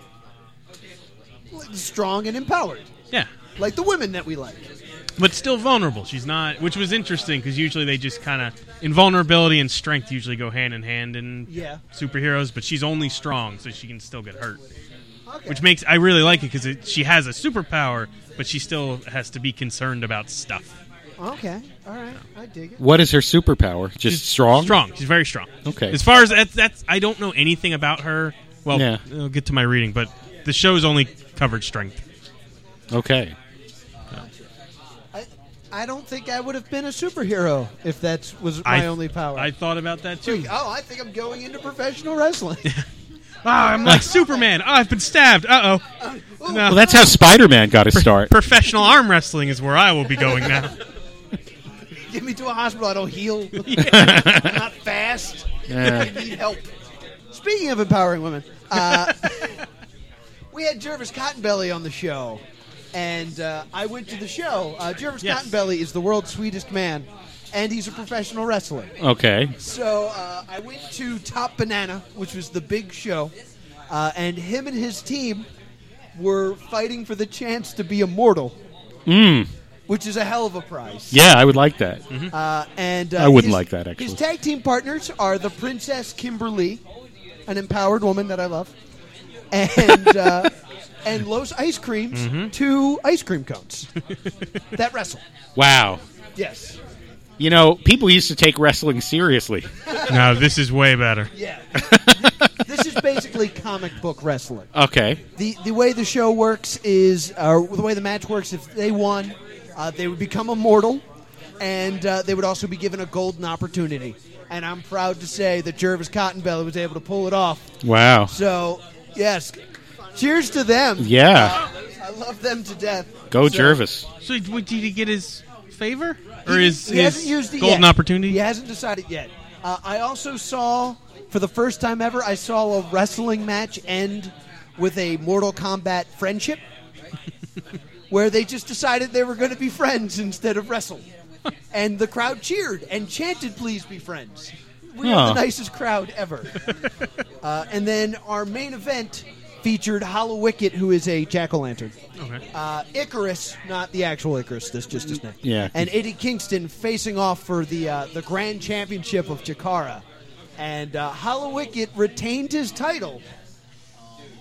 G: Like, Strong and empowered,
I: Yeah.
G: like the women that we like.
I: But still vulnerable. She's not, which was interesting because usually they just kind of, invulnerability and strength usually go hand in hand in
G: Yeah.
I: superheroes, but she's only strong, so she can still get hurt.
G: Okay.
I: Which makes, I really like it because she has a superpower, but she still has to be concerned about stuff.
G: okay. All right. I dig it.
H: What is her superpower? Just
I: She's
H: strong?
I: Strong. She's very strong.
H: Okay.
I: As far as that's, that's I don't know anything about her. Well,
H: Yeah.
I: I'll get to my reading, but the show's only covered strength.
H: Okay.
G: I, I don't think I would have been a superhero if that was my
I: I-
G: only power.
I: I thought about that too.
G: oh, I think I'm going into professional wrestling.
I: Ah, I'm like Superman. Ah, I've been stabbed. Uh oh.
H: Well,
I: No.
H: that's how Spider Man got his start.
I: Professional arm wrestling is where I will be going now.
G: Get me to a hospital. I don't heal. I'm not fast. I
H: Yeah.
G: need help. Speaking of empowering women, uh, we had Jervis Cottonbelly on the show, and uh, I went to the show. Uh, Jervis
I: Yes.
G: Cottonbelly is the world's sweetest man, and he's a professional wrestler.
H: Okay.
G: So uh, I went to Top Banana, which was the big show, uh, and him and his team were fighting for the chance to be immortal,
H: Mm.
G: which is a hell of a prize.
H: Yeah, I would like that.
G: Uh, and uh,
H: I wouldn't
G: his-
H: like that, actually.
G: His tag team partners are the Princess Kimberly, an empowered woman that I love, and uh, and Los Ice Creams,
H: Mm-hmm.
G: two ice cream cones that wrestle.
H: Wow.
G: Yes.
H: You know, people used to take wrestling seriously.
I: No, this is way better.
G: Yeah. this is basically comic book wrestling.
H: Okay.
G: the the way the show works is, or the way the match works, if they won, uh, they would become immortal, and uh, they would also be given a golden opportunity. And I'm proud to say that Jervis Cottonbelly was able to pull it off.
H: Wow.
G: So, yes, cheers to them.
H: Yeah.
G: I love them to death.
H: Go
G: So-
H: Jervis.
I: So w- did he get his favor or
G: He-
I: his,
G: he
I: his
G: hasn't used it
I: golden
G: yet.
I: opportunity?
G: He hasn't decided yet. Uh, I also saw, for the first time ever, I saw a wrestling match end with a Mortal Kombat friendship, where they just decided they were going to be friends instead of wrestle, and the crowd cheered and chanted, "Please be friends." We are
H: Huh.
G: the nicest crowd ever. uh, and then our main event featured Hollow Wicket, who is a jack o' lantern
I: Okay.
G: uh, Icarus, not the actual Icarus. This just his name.
H: Yeah.
G: And Eddie Kingston facing off for the uh, the Grand Championship of Jakara, and uh, Hollow Wicket retained his title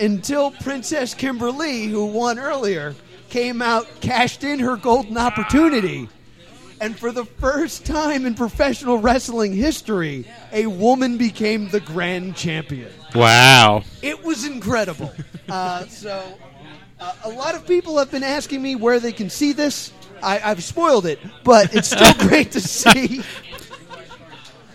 G: until Princess Kimberly, who won earlier, came out, cashed in her golden opportunity. And for the first time in professional wrestling history, a woman became the grand champion.
H: Wow.
G: It was incredible. uh, so, uh, a lot of people have been asking me where they can see this. I, I've spoiled it, but it's still great to see.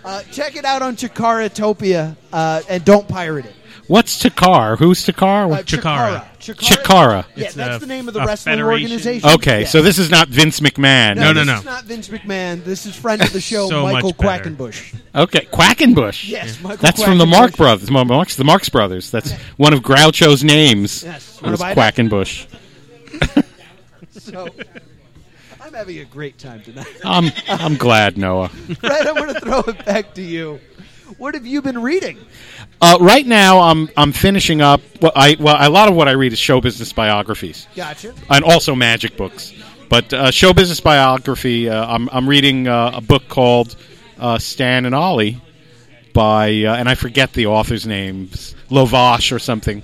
G: Uh, check it out on Chikaratopia uh, and don't pirate it.
H: What's Takar? Who's
G: Uh,
H: Takar?
I: Chikara.
H: Chikara.
G: Yeah,
I: It's
G: that's
I: a-
G: the name of the
I: a
G: wrestling
I: federation.
G: organization.
H: Okay, so this is not Vince McMahon.
I: No, no,
G: this
I: no.
G: is not Vince McMahon. This is friend of the show,
I: So
G: Michael
I: much better.
G: Quackenbush.
H: Okay, Quackenbush.
G: Yes, Michael
H: That's from the
G: Quackenbush.
H: Mark Brothers. Mar- Marx, the Marx Brothers. That's one of Groucho's names.
G: Yes.
H: It was
G: Wanna buy
H: Quackenbush.
G: So, I'm having a great time tonight.
H: I'm, I'm glad, Noah.
G: Fred, I'm going to throw it back to you. What have you been reading?
H: Uh, right now, I'm I'm finishing up. Well, I well, a lot of what I read is show business biographies
G: Gotcha.
H: and also magic books. But uh, show business biography, uh, I'm I'm reading uh, a book called uh, Stan and Ollie by uh, and I forget the author's names, Lovash or something.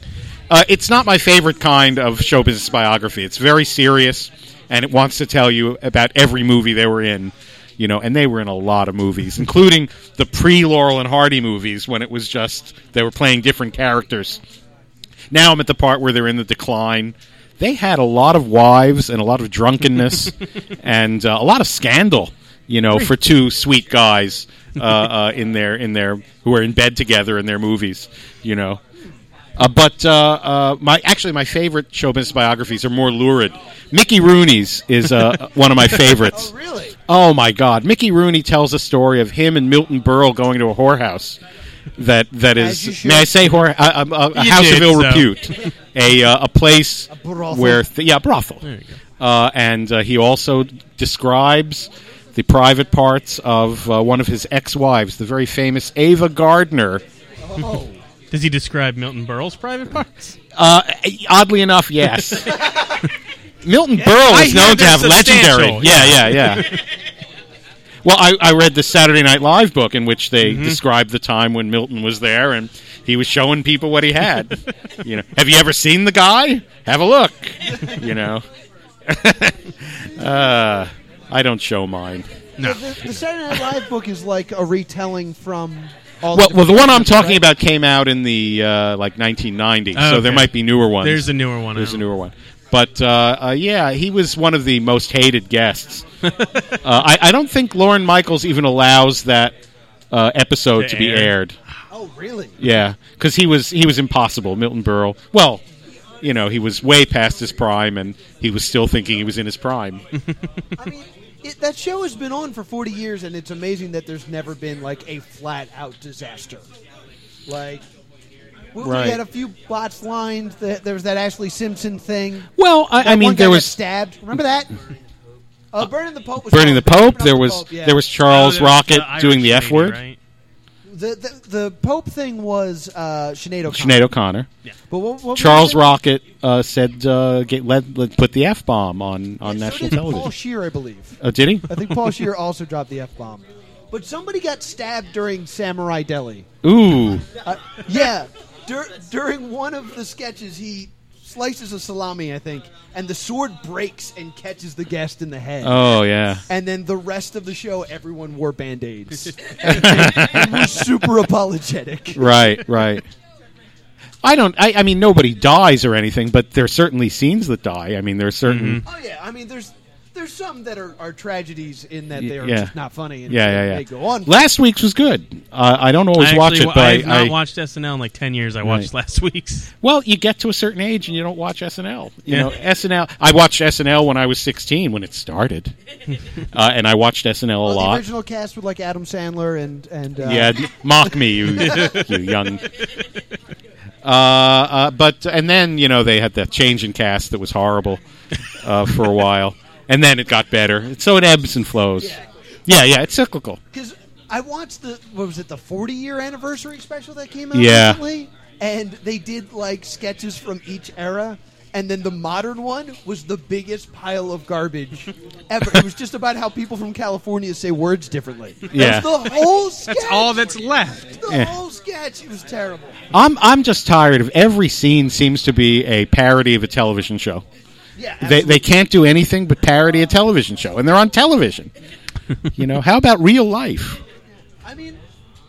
H: Uh, it's not my favorite kind of show business biography. It's very serious and it wants to tell you about every movie they were in. You know, and they were in a lot of movies, including the pre-Laurel and Hardy movies when it was just they were playing different characters. Now I'm at the part where they're in the decline. They had a lot of wives and a lot of drunkenness and uh, a lot of scandal, you know, for two sweet guys uh, uh, in their in their who are in bed together in their movies, you know. Uh, but uh, uh, my actually my favorite show business biographies are more lurid. Mickey Rooney's is uh, one of my favorites.
G: Really?
H: Oh my God! Mickey Rooney tells a story of him and Milton Berle going to a whorehouse. That that
G: As you
H: is.
G: should.
H: May I say whore? uh, um, A, a, a
I: You
H: house
I: did,
H: of ill
I: so.
H: repute, a uh, a place
G: brothel.
H: where th- yeah brothel. Uh, and uh, he also describes. the private parts of uh, one of his ex-wives, the very famous Ava Gardner.
I: Does he describe Milton Berle's private parts?
H: Uh, oddly enough, yes. Milton Berle
I: I
H: is
I: hear
H: known to
I: they're
H: have legendary.
I: substantial,
H: Yeah, yeah, yeah. well, I, I read the Saturday Night Live book in which they
I: Mm-hmm.
H: described the time when Milton was there and he was showing people what he had. you know, have you ever seen the guy? Have a look. you know, uh, I don't show mine.
G: The, the Saturday Night Live book is like a retelling from all.
H: Well,
G: the
H: well, the one I'm
G: different versions,
H: talking
G: right?
H: about came out in the uh, like 1990,
I: Oh,
H: so there
I: okay.
H: might be newer ones.
I: There's a newer one.
H: There's a
I: out.
H: newer one. But uh, uh, yeah, he was one of the most hated guests. uh, I, I don't think Lauren Michaels even allows that uh, episode
I: To
H: to be
I: air.
H: aired.
G: Oh, really?
H: Yeah, because he was he was impossible, Milton Berle. Well, you know, he was way past his prime, and he was still thinking he was in his prime.
G: I mean, it, that show has been on for 40 years, and it's amazing that there's never been like a flat out disaster. Like, we, we
H: Right.
G: had a few plots lined. That, there was that Ashley Simpson thing.
H: well, I, I
G: That
H: mean,
G: one guy
H: there
G: got
H: was
G: stabbed. Remember that? Uh, burning the Pope was
H: burning the
G: called-
H: Pope.
G: Burning
H: There
G: the
H: was
G: Pope, yeah.
H: there was
I: Oh,
H: Charles
I: there was
H: Rocket
I: Irish
H: doing the
I: lady,
H: F word.
I: right?
G: the, the the Pope thing was uh, Sinead O'Connor.
H: Sinead O'Connor.
G: But what, what
H: Charles
G: Rock
H: Rocket uh, said, uh, get, let, let- put the f bomb on on
G: so
H: national
G: did
H: television."
G: Paul Shear, I believe.
H: Oh, did he?
G: I think Paul Shear also dropped the f bomb. But somebody got stabbed during Samurai Deli.
H: Ooh,
G: Uh, yeah, dur- during one of the sketches, he slices a salami, I think, and the sword breaks and catches the guest in the head.
H: oh yeah.
G: And then the rest of the show, everyone wore band aids. and was super apologetic.
H: Right, right. I don't. I, I mean, nobody dies or anything, but there are certainly scenes that die. I mean, there are certain.
I: Mm-hmm.
G: Oh yeah, I mean, there's there's some that are, are tragedies in that
H: Y-
G: they are
H: yeah.
G: just not funny. And
H: Yeah, yeah, yeah.
G: They go on.
H: Last week's was good. Uh, I don't always
I: I
H: watch it,
I: actually
H: but
I: wa-
H: I,
I: I've not
H: I-
I: watched SNL in like ten years. I watched last week's.
H: well, you get to a certain age and you don't watch SNL. You
I: Yeah.
H: know, SNL. I watched SNL when I was sixteen when it started, uh, and I watched SNL a
G: Well, the
H: lot.
G: original cast with like Adam Sandler and and uh,
H: yeah, d- mock me, you, you young. Uh, uh, but and then you know they had that change in cast that was horrible uh, for a while, and then it got better. So it ebbs and flows. Yeah, yeah, it's cyclical.
G: because I watched the what was it the 40 year anniversary special that came out
H: Yeah.
G: recently, and they did like sketches from each era. And then the modern one was the biggest pile of garbage ever. it was just about how people from California say words differently. That
H: Yeah.
G: was the whole sketch.
I: That's all that's left.
G: the
H: Yeah.
G: whole sketch. It was terrible.
H: I'm I'm just tired of every scene seems to be a parody of a television show.
G: Yeah,
H: They they can't do anything but parody a television show, and they're on television. you know, how about real life?
G: I mean,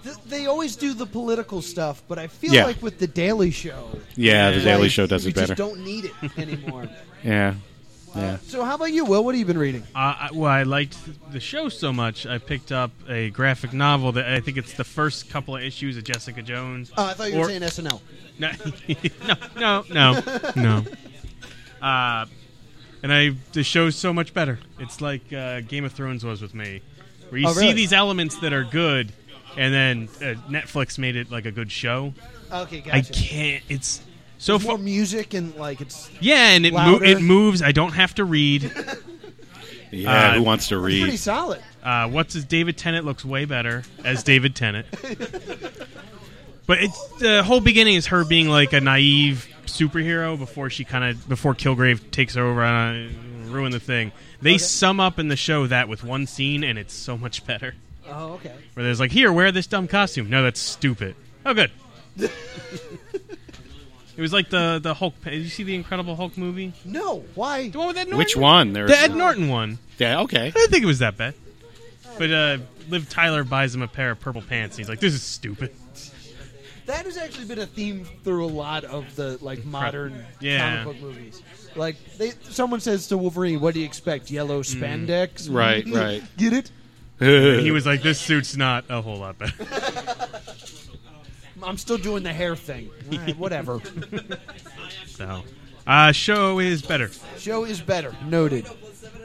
G: th- they always do the political stuff, but I feel
H: Yeah.
G: like with the Daily Show,
H: Yeah, the Daily
G: like,
H: Show does
G: we
H: it better.
G: Just don't need it anymore.
H: Yeah, yeah.
G: so, how about you, Will? What have you been reading?
I: Uh, I, well, I liked the show so much, I picked up a graphic novel that I think it's the first couple of issues of Jessica Jones.
G: Oh, I thought you were
I: Or-
G: saying SNL.
I: No, no, no, no, no. Uh, and I the show's so much better. It's like uh, Game of Thrones was with me, where you
G: Oh, really?
I: see these elements that are good, and then uh, Netflix made it like a good show.
G: Okay, gotcha.
I: I can't. It's so
G: More
I: far.
G: music and like it's.
I: Yeah, and it mo-
G: Louder.
I: it moves. I don't have to read.
H: Yeah,
I: Uh,
H: who wants to read?
G: Pretty solid.
I: Uh, what's his David Tennant looks way better as David Tennant. but it's, the whole beginning is her being like a naive superhero before she kind of before Kilgrave takes her over and uh, ruin the thing. They sum up in the show that with one scene, and it's so much better.
G: Oh, okay.
I: Where there's like, here, wear this dumb costume. No, that's stupid. Oh, good. it was like the the Hulk. Did you see the Incredible Hulk movie?
G: No, why?
I: The one with Ed Norton.
H: Which one? There's
I: The Ed Norton one.
H: yeah, okay.
I: I didn't think it was that bad. But uh, Liv Tyler buys him a pair of purple pants. And he's like, "This is stupid."
G: That has actually been a theme through a lot of the like modern
I: Yeah.
G: comic book movies. Like they, someone says to Wolverine, "What do you expect? Yellow spandex?"
H: Mm. Right, right.
G: Get it?
I: And he was like, "This suit's not a whole lot better."
G: I'm still doing the hair thing. All right, whatever.
I: So, uh, show is better.
G: Show is better. Noted.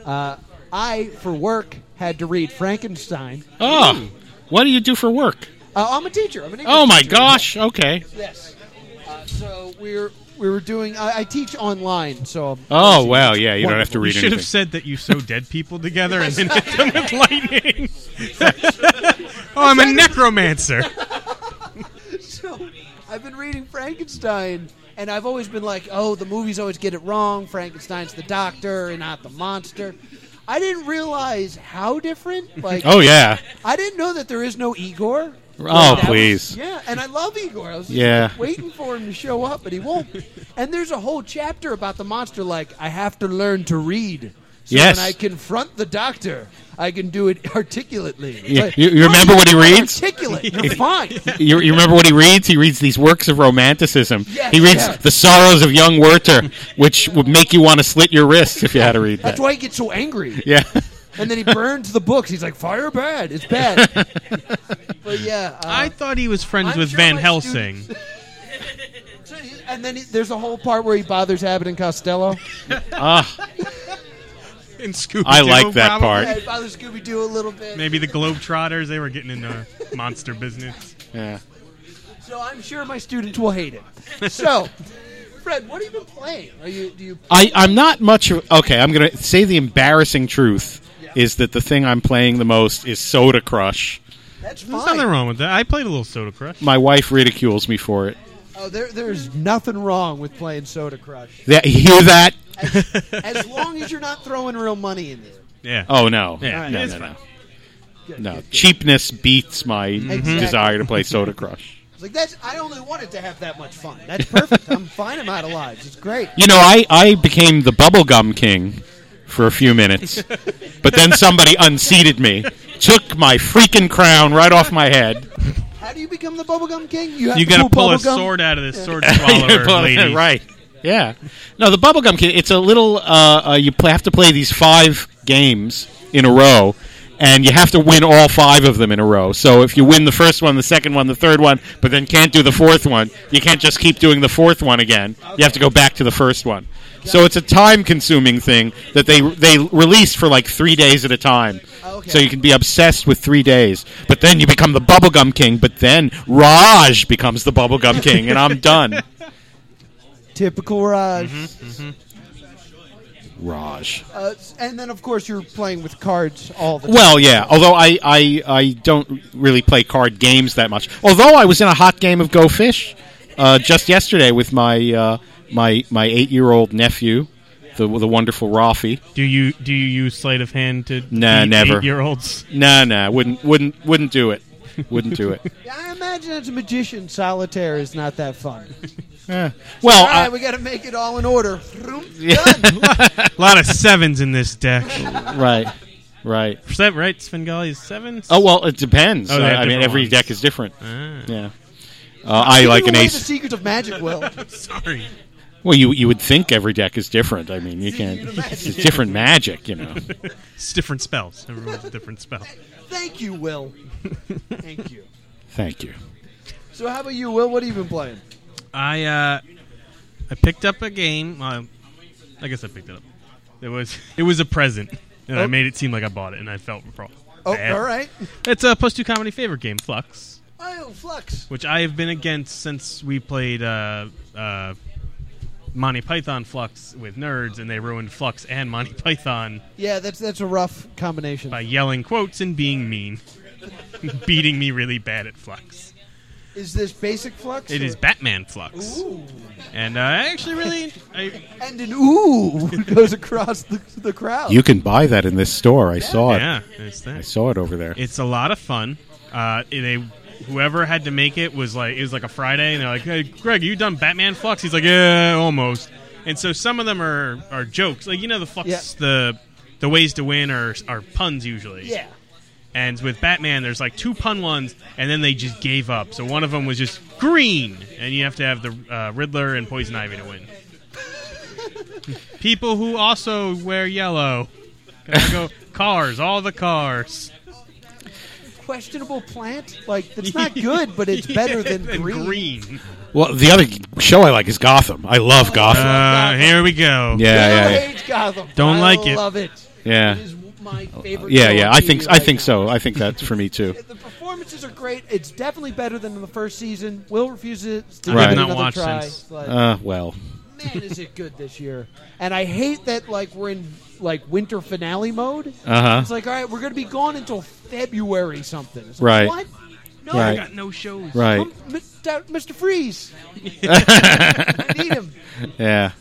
G: Uh, I, for work, had to read Frankenstein.
H: Oh, what do you do for work?
G: Uh, I'm a teacher. I'm an English
H: Oh my
G: teacher.
H: gosh! Okay,
G: Yes. Uh, so we're we were doing. I, I teach online, so
H: Oh wow, yeah, you don't have to
I: You
H: read
I: should have
H: anything.
I: said that you sew dead people together and then hit them with lightning. oh, I'm a necromancer.
G: So I've been reading Frankenstein, and I've always been like, oh, the movies always get it wrong. Frankenstein's the doctor and not the monster. I didn't realize how different. Like,
H: Oh yeah.
G: I didn't know that there is no Igor.
H: Oh
G: That was-
H: please.
G: yeah, and I love Igor. I was just
H: Yeah.
G: waiting for him to show up, but he won't. And there's a whole chapter about the monster. Like, I have to learn to read. So
H: Yes.
G: When I confront the doctor, I can do it articulately. It's
H: Yeah,
G: like,
H: you- you
G: no,
H: remember what he
G: you're not
H: reads?
G: Articulate. You're fine.
H: You, you remember what he reads? He reads these works of romanticism.
G: Yes,
H: he reads
G: yeah.
H: The Sorrows of Young Werter, which would make you want to slit your wrists if you had to read that.
G: That's why he gets so angry.
H: yeah.
G: And then he burns the books. He's like, fire bad. It's bad. but yeah. Uh,
I: I thought he was friends
G: I'm
I: with
G: sure
I: Van
G: my
I: Helsing.
G: and then he, there's a whole part where he bothers Abbott and Costello.
I: in Scooby-Doo,
H: I like that
I: probably.
H: part.
G: yeah, he bothers Scooby Doo a little bit.
I: Maybe the Globetrotters, they were getting into monster business.
H: yeah.
G: So I'm sure my students will hate it. So, Fred, what have you been playing? Are you do you
H: I, I'm not much of. Okay, I'm going to say the embarrassing truth is that the thing I'm playing the most is Soda Crush.
G: That's
I: There's nothing
G: fine.
I: wrong with that. I played a little Soda Crush.
H: My wife ridicules me for it.
G: Oh, there there's nothing wrong with playing Soda Crush.
H: That, you hear that?
G: As long as you're not throwing real money in there.
I: Yeah.
H: Oh, no.
I: Yeah,
H: no,
I: it's
H: no, no.
G: Good,
H: No,
G: good, good.
H: cheapness beats my
G: Exactly.
H: desire to play Soda Crush.
G: It's like that's I only wanted to have that much fun. That's perfect. I'm fine. I'm out of lives. It's great.
H: You know, I, I became the bubblegum king for a few minutes, but then somebody unseated me, took my freaking crown right off my head.
G: How do you become the bubblegum king? You have
I: You
G: to
I: gotta pull a
G: bubblegum?
I: sword out of this sword swallower lady.
H: right. Yeah. No, the bubblegum king, it's a little, uh, uh, you pl- have to play these five games in a row. And you have to win all five of them in a row. So if you win the first one, the second one, the third one, but then can't do the fourth one, you can't just keep doing the fourth one again. You have to go back to the first one. So it's a time-consuming thing that they they release for like three days at a time.
G: Okay.
H: So you can be obsessed with three days, but then you become the bubblegum king. But then Raj becomes the bubblegum king, and I'm done.
G: Typical Raj.
I: Mm-hmm.
H: Raj.
G: Uh, s- and then, of course, you're playing with cards all the time.
H: Well, yeah. Although I, I, I don't really play card games that much. Although I was in a hot game of Go Fish uh, just yesterday with my uh, my my eight year old nephew, the the wonderful Rafi.
I: Do you do you use sleight of hand to
H: Nah,
I: beat
H: never.
I: eight-year-olds?
H: Nah, nah. Wouldn't wouldn't wouldn't do it. Wouldn't do it.
G: I imagine as a magician, solitaire is not that fun.
I: Oh,
H: Well,
G: all
H: uh,
G: right,
H: I-
G: we got to make it all in order. Vroom, done.
I: A lot of sevens in this deck.
H: right, right.
I: Is that right? Svengali is sevens.
H: Oh well, it depends.
I: Oh, they
H: I-
I: have
H: I mean,
I: different
H: every
I: ones. Ah.
H: deck is different. Yeah. Uh, I like
G: Give
H: an
G: away
H: ace.
G: The secrets of magic, Will.
I: sorry.
H: Well, you you would think every deck is different. I mean, you can't.
G: you'd imagine.
H: It's different magic, you know.
I: It's different spells. Everyone's a different spell.
G: Thank you, Will. Thank you.
H: Thank you.
G: So, how about you, Will? What have you been playing?
I: I uh, I picked up a game. Uh, I guess I picked it up. It was it was a present, and I
G: Oh.
I: made it seem like I bought it, and I felt wrong.
G: Oh,
I: Bad.
G: all right.
I: It's a plus two comedy favorite game, Flux,
G: Oh, Flux.
I: which I have been against since we played uh, uh, Monty Python Flux with nerds, and they ruined Flux and Monty Python
G: Yeah, that's that's a rough combination.
I: by yelling quotes and being mean, beating me really bad at Flux.
G: Is this basic Flux?
I: It
G: or-
I: is Batman Flux,
G: Ooh.
I: and uh, I actually really I,
G: And an ooh goes across the, the crowd.
H: You can buy that in this store. I saw it.
I: yeah, it's that.
H: I saw it over there.
I: It's a lot of fun. Uh, it- they whoever had to make it was like it was like a Friday, and they're like, "Hey, Greg, you done Batman Flux?" He's like, "Yeah, almost." And so some of them are are jokes, like you know the Flux,
G: Yeah.
I: the the ways to win are are puns usually.
G: yeah.
I: And with Batman, there's like two pun ones, and then they just gave up. So one of them was just green, and you have to have the uh, Riddler and Poison Ivy to win. People who also wear yellow. Gotta go cars, all the cars.
G: questionable plant. Like it's not good, but it's better than
I: And
G: green.
I: green.
H: well, the other show I like is Gotham. I love Gotham.
I: Uh, here we go.
H: yeah,
G: I
H: yeah, yeah,
G: hate Gotham.
I: Don't
G: I
I: like it.
G: Love it.
H: yeah,
G: It is my favorite.
H: yeah,
G: show
H: yeah.
G: on
H: I
G: TV
H: think
G: right
H: I think
G: now.
H: so. I think that's for me too.
G: The performance performances are great. It's definitely better than the first season. Will refuses to
H: Right.
G: give it
H: Not
G: another
I: watched
G: try.
I: since.
G: Like,
H: Uh, well,
G: man, is it good this year? And I hate that like we're in like winter finale mode.
H: uh
G: It's
H: huh.
G: like, all right, we're going to be gone until February something. It's like,
H: Right.
G: What? No,
I: I
H: Right.
I: got no shows.
H: Right.
G: I'm Mr. Mr. Freeze. I need him.
H: Yeah.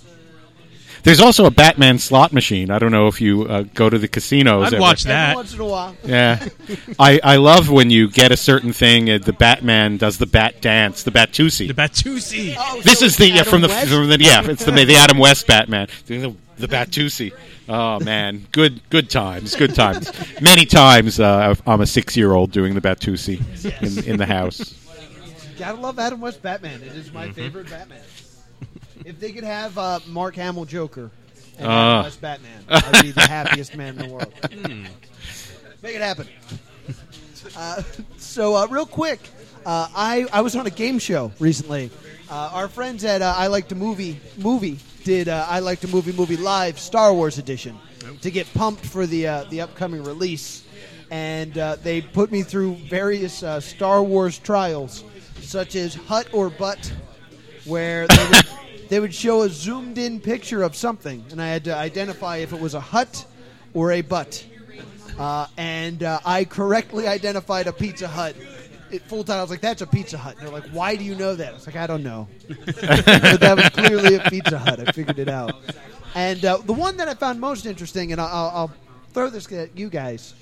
H: There's also a Batman slot machine. I don't know if you uh, go to the casinos.
I: I'd
H: every-
I: watch
G: Every
I: that.
G: once in a while.
H: Yeah, I, I love when you get a certain thing. And the Batman does the bat dance, the Batusi.
I: The Batusi.
G: Oh,
H: this
G: so
H: is the yeah,
G: Adam
H: from the
G: West?
H: from the yeah, it's the the Adam West Batman, the, the Batusi. Oh man, good good times, good times. Many times uh, I'm a six year old doing the Batusi in, in the house.
G: Gotta love Adam West Batman. It is my
H: Mm-hmm.
G: favorite Batman. If they could have uh, Mark Hamill Joker and
H: Ah. Hmm.
G: Adam West Batman, I'd be the happiest man in the world. Make it happen. Uh, so, uh, real quick, uh, I I was on a game show recently. Uh, our friends at uh, I Like to Movie Movie did uh, I Like to Movie Movie Live Star Wars Edition to get pumped for the uh, the upcoming release, and uh, they put me through various uh, Star Wars trials, such as Hut or Butt, where they would, they would show a zoomed in picture of something, and I had to identify if it was a hut or a butt. Uh, and uh, I correctly identified a Pizza Hut. It, full time, I was like, "That's a Pizza Hut." And they're like, "Why do you know that?" I was like, "I don't know," but that was clearly a Pizza Hut. I figured it out. And uh, the one that I found most interesting, and I'll, I'll- I'll throw this at you guys: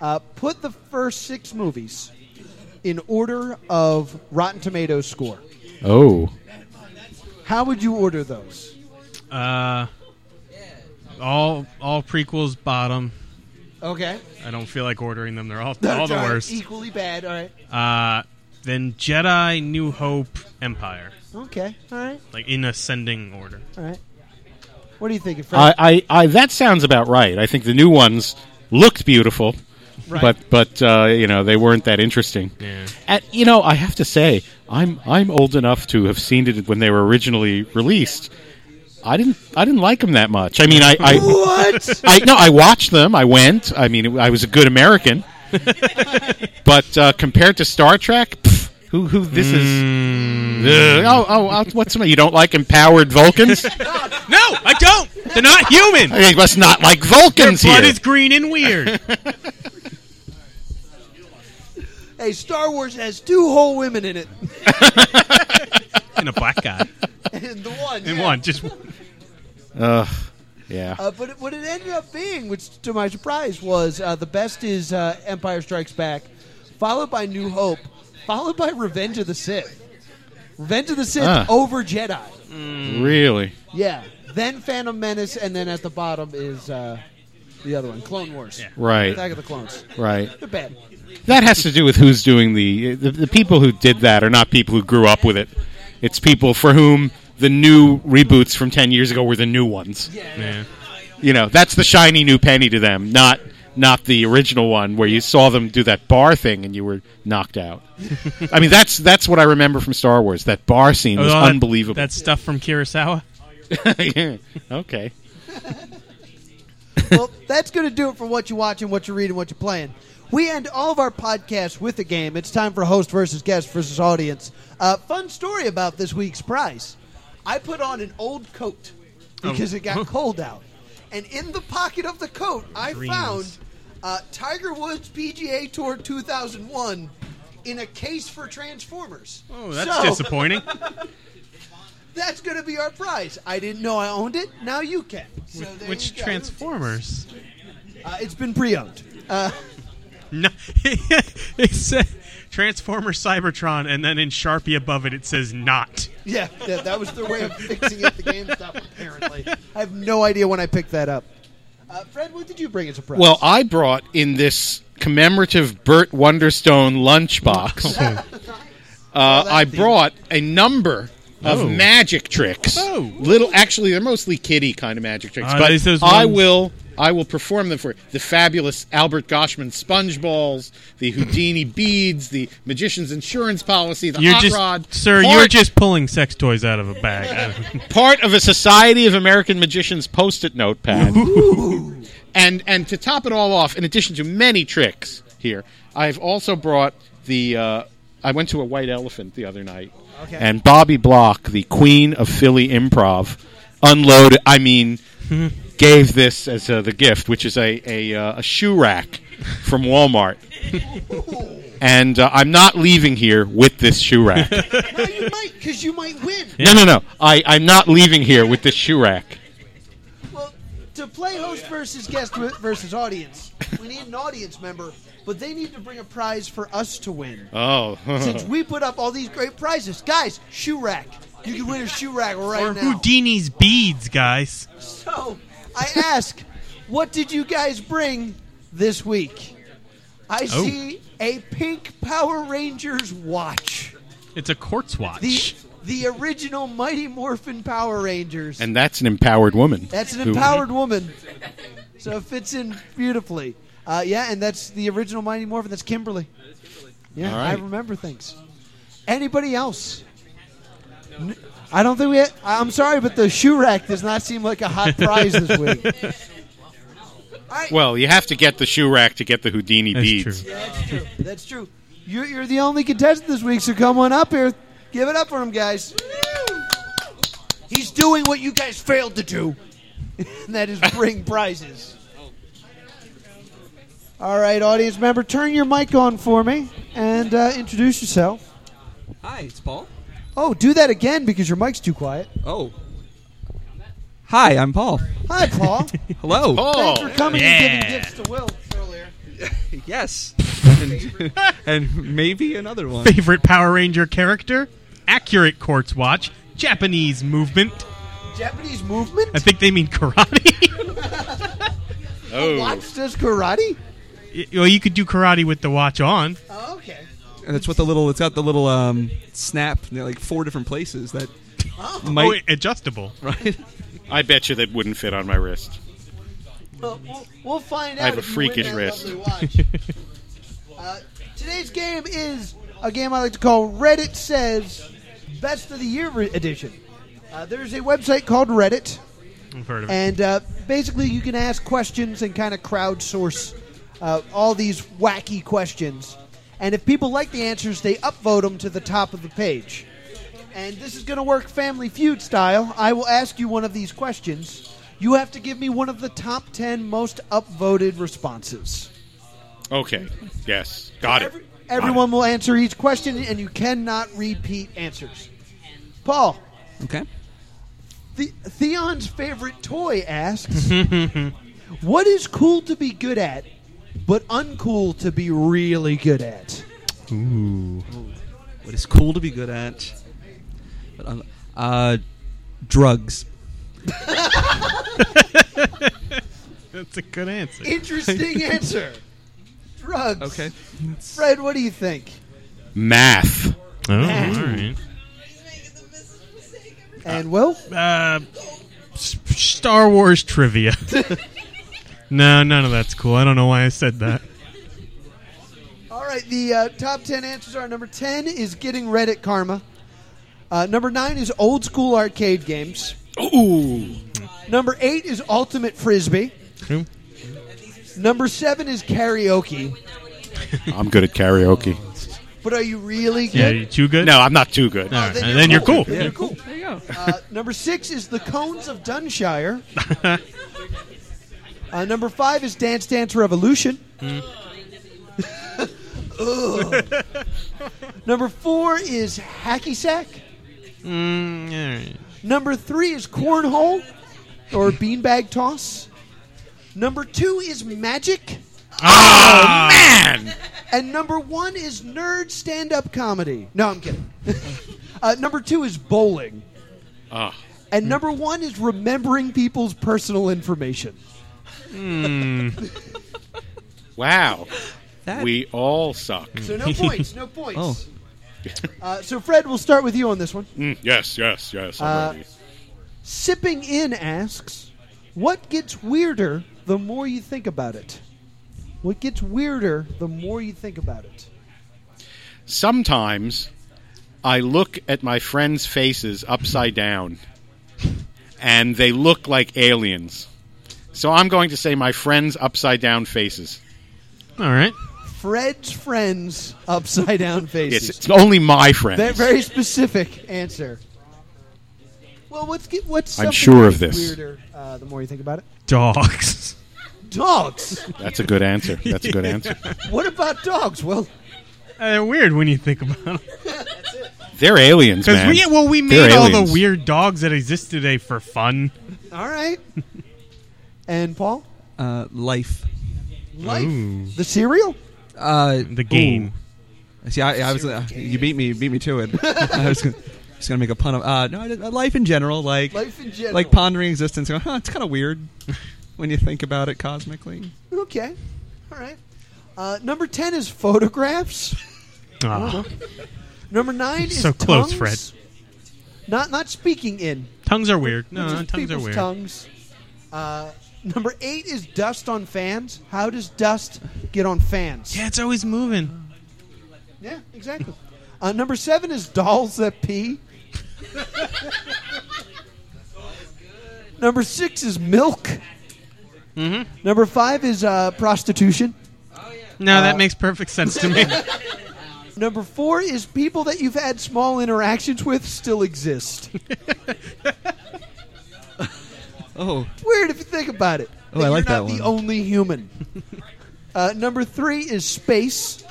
G: uh, put the first six movies in order of Rotten Tomatoes score.
H: Oh,
G: How would you order those?
I: Uh, all all prequels bottom.
G: Okay,
I: I don't feel like ordering them. They're all all the
G: All right,
I: worst.
G: equally bad. All right,
I: Uh, then Jedi, New Hope, Empire,
G: okay, all right,
I: like in ascending order.
G: all right. What are you thinking, Fred?
H: I, I, I that sounds about right. I think the new ones looked beautiful, but but uh, you know they weren't that interesting.
I: Yeah.
H: And, you know, I have to say, I'm I'm old enough to have seen it when they were originally released. I didn't I didn't like them that much. I mean, I, I
G: what?
H: I no, I watched them. I went. I mean, I was a good American. but uh, compared to Star Trek, pff, who who this is? Ugh. oh oh, oh, what's the- you don't like empowered Vulcans?
I: No, I don't. They're not human.
H: I mean, let's not like
I: Their
H: Vulcans
I: blood
H: here.
I: is green and weird.
G: hey, Star Wars has two whole women in it,
I: and a black guy.
G: and the one
I: And
G: yeah.
I: one, just one.
H: Ugh. Yeah.
G: Uh, but it, what it ended up being, which to my surprise, was uh, the best is uh, Empire Strikes Back, followed by New Hope, followed by Revenge of the Sith. Revenge of the Sith
H: Ah.
G: over Jedi.
H: really?
G: Yeah. Then Phantom Menace, and then at the bottom is uh, the other one, Clone Wars.
H: Right.
G: Attack of the Clones.
H: Right.
G: They're bad.
H: That has to do with who's doing the, the the people who did that are not people who grew up with it. It's people for whom the new reboots from 10 years ago were the new ones.
I: Yeah.
H: You know, that's the shiny new penny to them, not not the original one where you saw them do that bar thing and you were knocked out. I mean, that's that's what I remember from Star Wars. That bar scene was
I: All Oh, that-
H: unbelievable.
I: That stuff from Kurosawa.
H: Yeah. Okay.
G: well, that's going to do it for what you watch and what you read, and what you're playing. We end all of our podcasts with a game. It's time for host versus guest versus audience. Uh, fun story about this week's prize. I put on an old coat because it
I: Oh.
G: got cold out. And in the pocket of the coat, I
I: Dreams.
G: found uh, Tiger Woods PGA Tour 2001 in a case for Transformers.
I: Oh, that's
G: So,
I: disappointing.
G: That's going to be our prize. I didn't know I owned it. Now you can. So there
I: Which
G: you go.
I: Transformers?
G: Uh, it's been pre-owned. Uh,
I: No, it said Transformer Cybertron, and then in Sharpie above it, it says not.
G: Yeah, that, that was their way of fixing it. The GameStop apparently. I have no idea when I picked that up. Uh, Fred, what did you bring as a prize?
H: Well, I brought in this commemorative Burt Wonderstone lunchbox. uh, I brought a number of
I: Oh.
H: magic tricks.
I: Oh.
H: Little, actually, they're mostly kiddie kind of magic tricks,
I: Are
H: but
I: these those
H: I
I: ones-
H: will. I will perform them for you. the fabulous Albert Goshman sponge balls, the Houdini beads, the magician's insurance policy, the
I: You're
H: hot
I: just,
H: rod.
I: sir.
H: Part-
I: You're just pulling sex toys out of a bag. I don't-
H: part of a Society of American Magicians post-it notepad. and and to top it all off, in addition to many tricks here, I've also brought the uh, I went to a White Elephant the other night,
G: Okay.
H: and Bobby Block, the queen of Philly improv, unloaded. I mean, gave this as uh, the gift, which is a a, uh, a shoe rack from Walmart. And uh, I'm not leaving here with this shoe rack.
G: no, you might, because you might win.
H: No, no, no. I, I'm not leaving here with this shoe rack.
G: Well, to play host versus guest wi- versus audience, we need an audience member, but they need to bring a prize for us to win.
H: Oh.
G: Since we put up all these great prizes, guys, shoe rack. You can win a shoe rack right
I: Or
G: now.
I: Houdini's beads, guys.
G: So I ask, what did you guys bring this week? I
I: Oh.
G: see a pink Power Rangers watch.
I: It's a quartz watch.
G: The the original Mighty Morphin Power Rangers.
H: and that's an empowered woman.
G: That's an
H: who-
G: empowered woman. So it fits in beautifully. Uh, yeah, and that's the original Mighty Morphin. That's Kimberly. Yeah,
H: All right.
G: I remember things. Anybody else? N- I don't think we. Ha- I- I'm sorry, but the shoe rack does not seem like a hot prize this week.
H: Well, you have to get the shoe rack to get the Houdini
I: That's
H: beads.
I: true.
G: That's true. You're, you're the only contestant this week, so come on up here. Give it up for him, guys. He's doing what you guys failed to do, and that is bring prizes. All right, audience member, turn your mic on for me and uh, introduce yourself.
C: Hi, it's Paul.
G: Oh, do that again because your mic's too quiet.
C: Oh. Hi, I'm Paul.
G: Hi, Paul.
C: Hello.
G: Thanks for
H: Oh,
G: coming and
I: yeah.
G: giving gifts to Will earlier.
C: Yes. and, and maybe another one.
I: Favorite Power Ranger character? Accurate quartz watch. Japanese movement.
G: Japanese movement?
I: I think they mean karate.
H: oh.
G: Watch does karate?
I: well, you could do karate with the watch on.
G: Oh, okay.
C: And that's what the little. It's got the little um, snap. you know, Like four different places that might.
I: Oh, adjustable.
C: Right.
H: I bet you that wouldn't fit on my wrist.
G: Well, we'll, we'll find out.
H: I have a
G: if you
H: freakish
G: win that
H: wrist.
G: lovely watch. uh, today's game is a game I like to call Reddit Says Best of the Year Re- Edition. Uh, there's a website called Reddit,
I: I've heard of it.
G: and uh, basically you can ask questions and kind of crowdsource uh, all these wacky questions. And if people like the answers, they upvote them to the top of the page. And this is going to work Family Feud style. I will ask you one of these questions. You have to give me one of the top 10 most upvoted responses.
H: Okay. Yes. Got it.
G: Everyone will answer each question, and you cannot repeat answers. Paul,
C: Okay.
G: the- Theon's favorite toy asks, "What is cool to be good at, but uncool to be really good at?"
C: What is cool to be good at? But um, uh, drugs.
I: That's a good answer.
G: Interesting answer. Drugs.
C: Okay.
G: Fred, what do you think?
H: Math.
I: Oh, all right.
G: And Will,
I: Uh, S- Star Wars trivia. no, none of that's cool. I don't know why I said that.
G: all right. The uh, top ten answers are: number ten is getting Reddit karma. Uh, number nine is old school arcade games.
H: Ooh.
G: Number eight is ultimate frisbee.
I: Hmm.
G: Number seven is karaoke.
H: I'm good at karaoke.
G: But are you really
I: Yeah,
G: good?
I: you too good.
H: No, I'm not too good.
I: All right, and then you're cool.
G: Then you're cool. There you go. Uh, number six is the Cones of Dunshire. uh, number five is Dance Dance Revolution.
I: Hmm.
G: Ugh. number four is Hacky Sack.
I: Mm, all right.
G: Number three is Cornhole or Beanbag Toss. Number two is Magic.
I: Oh, Ah!
H: Man.
G: And number one is nerd stand up comedy. No, I'm kidding. uh, number two is bowling.
H: Ah.
G: And number one is remembering people's personal information.
H: Wow.
C: That,
H: We all suck.
G: So no points, no points.
C: Oh.
G: Uh, so Fred, we'll start with you on this one.
H: Mm, yes, yes, yes. I'm
G: Uh,
H: ready.
G: Sipping in asks, "What gets weirder the more you think about it? What gets weirder the more you think about it?"
H: sometimes I look at my friends' faces upside down and they look like aliens. So I'm going to say my friends' upside down faces.
I: All right.
G: Fred's friends upside down faces.
H: It's, it's only my friends.
G: That very specific answer. Well, what's get, what's
H: I'm
G: something
H: sure of
G: that's
H: this.
G: Weirder, uh, the more you think about it.
I: Dogs.
G: Dogs.
H: That's a good answer. That's a good answer.
G: what about dogs? Well,
I: Uh, they're weird when you think about them.
H: They're aliens,
I: Because
H: man.
I: we, well, we
H: They're
I: made all the
H: aliens.
I: weird dogs that exist today for fun.
G: all right. and Paul,
C: Uh, life.
G: life, the cereal.
C: Uh,
I: The game.
C: see, I, I was. Uh, you beat me. You beat me to it. I was gonna, just gonna make a pun. Of, uh, no, I did- uh, life in general, like
G: Life in general.
C: like pondering existence. Going, huh, it's kind of weird when you think about it cosmically.
G: Okay. All right. Uh, number ten is photographs.
I: Ah,
G: Number nine is
I: So close,
G: tongues.
I: Fred.
G: Not not speaking in.
I: tongues are weird.
G: which
I: No,
G: is
I: tongues are
G: people's
I: weird.
G: tongues. Uh, number eight is dust on fans. How does dust get on fans?
I: Yeah, it's always moving.
G: Yeah, exactly. uh, number seven is dolls that pee. number six is milk. Number five is uh, prostitution.
I: No, that makes perfect sense to me.
G: Number four is people that you've had small interactions with still exist.
C: Oh,
G: Weird if you think about it.
C: Oh, I like
G: you're
C: that
G: not
C: one.
G: The only human. uh, number three is space.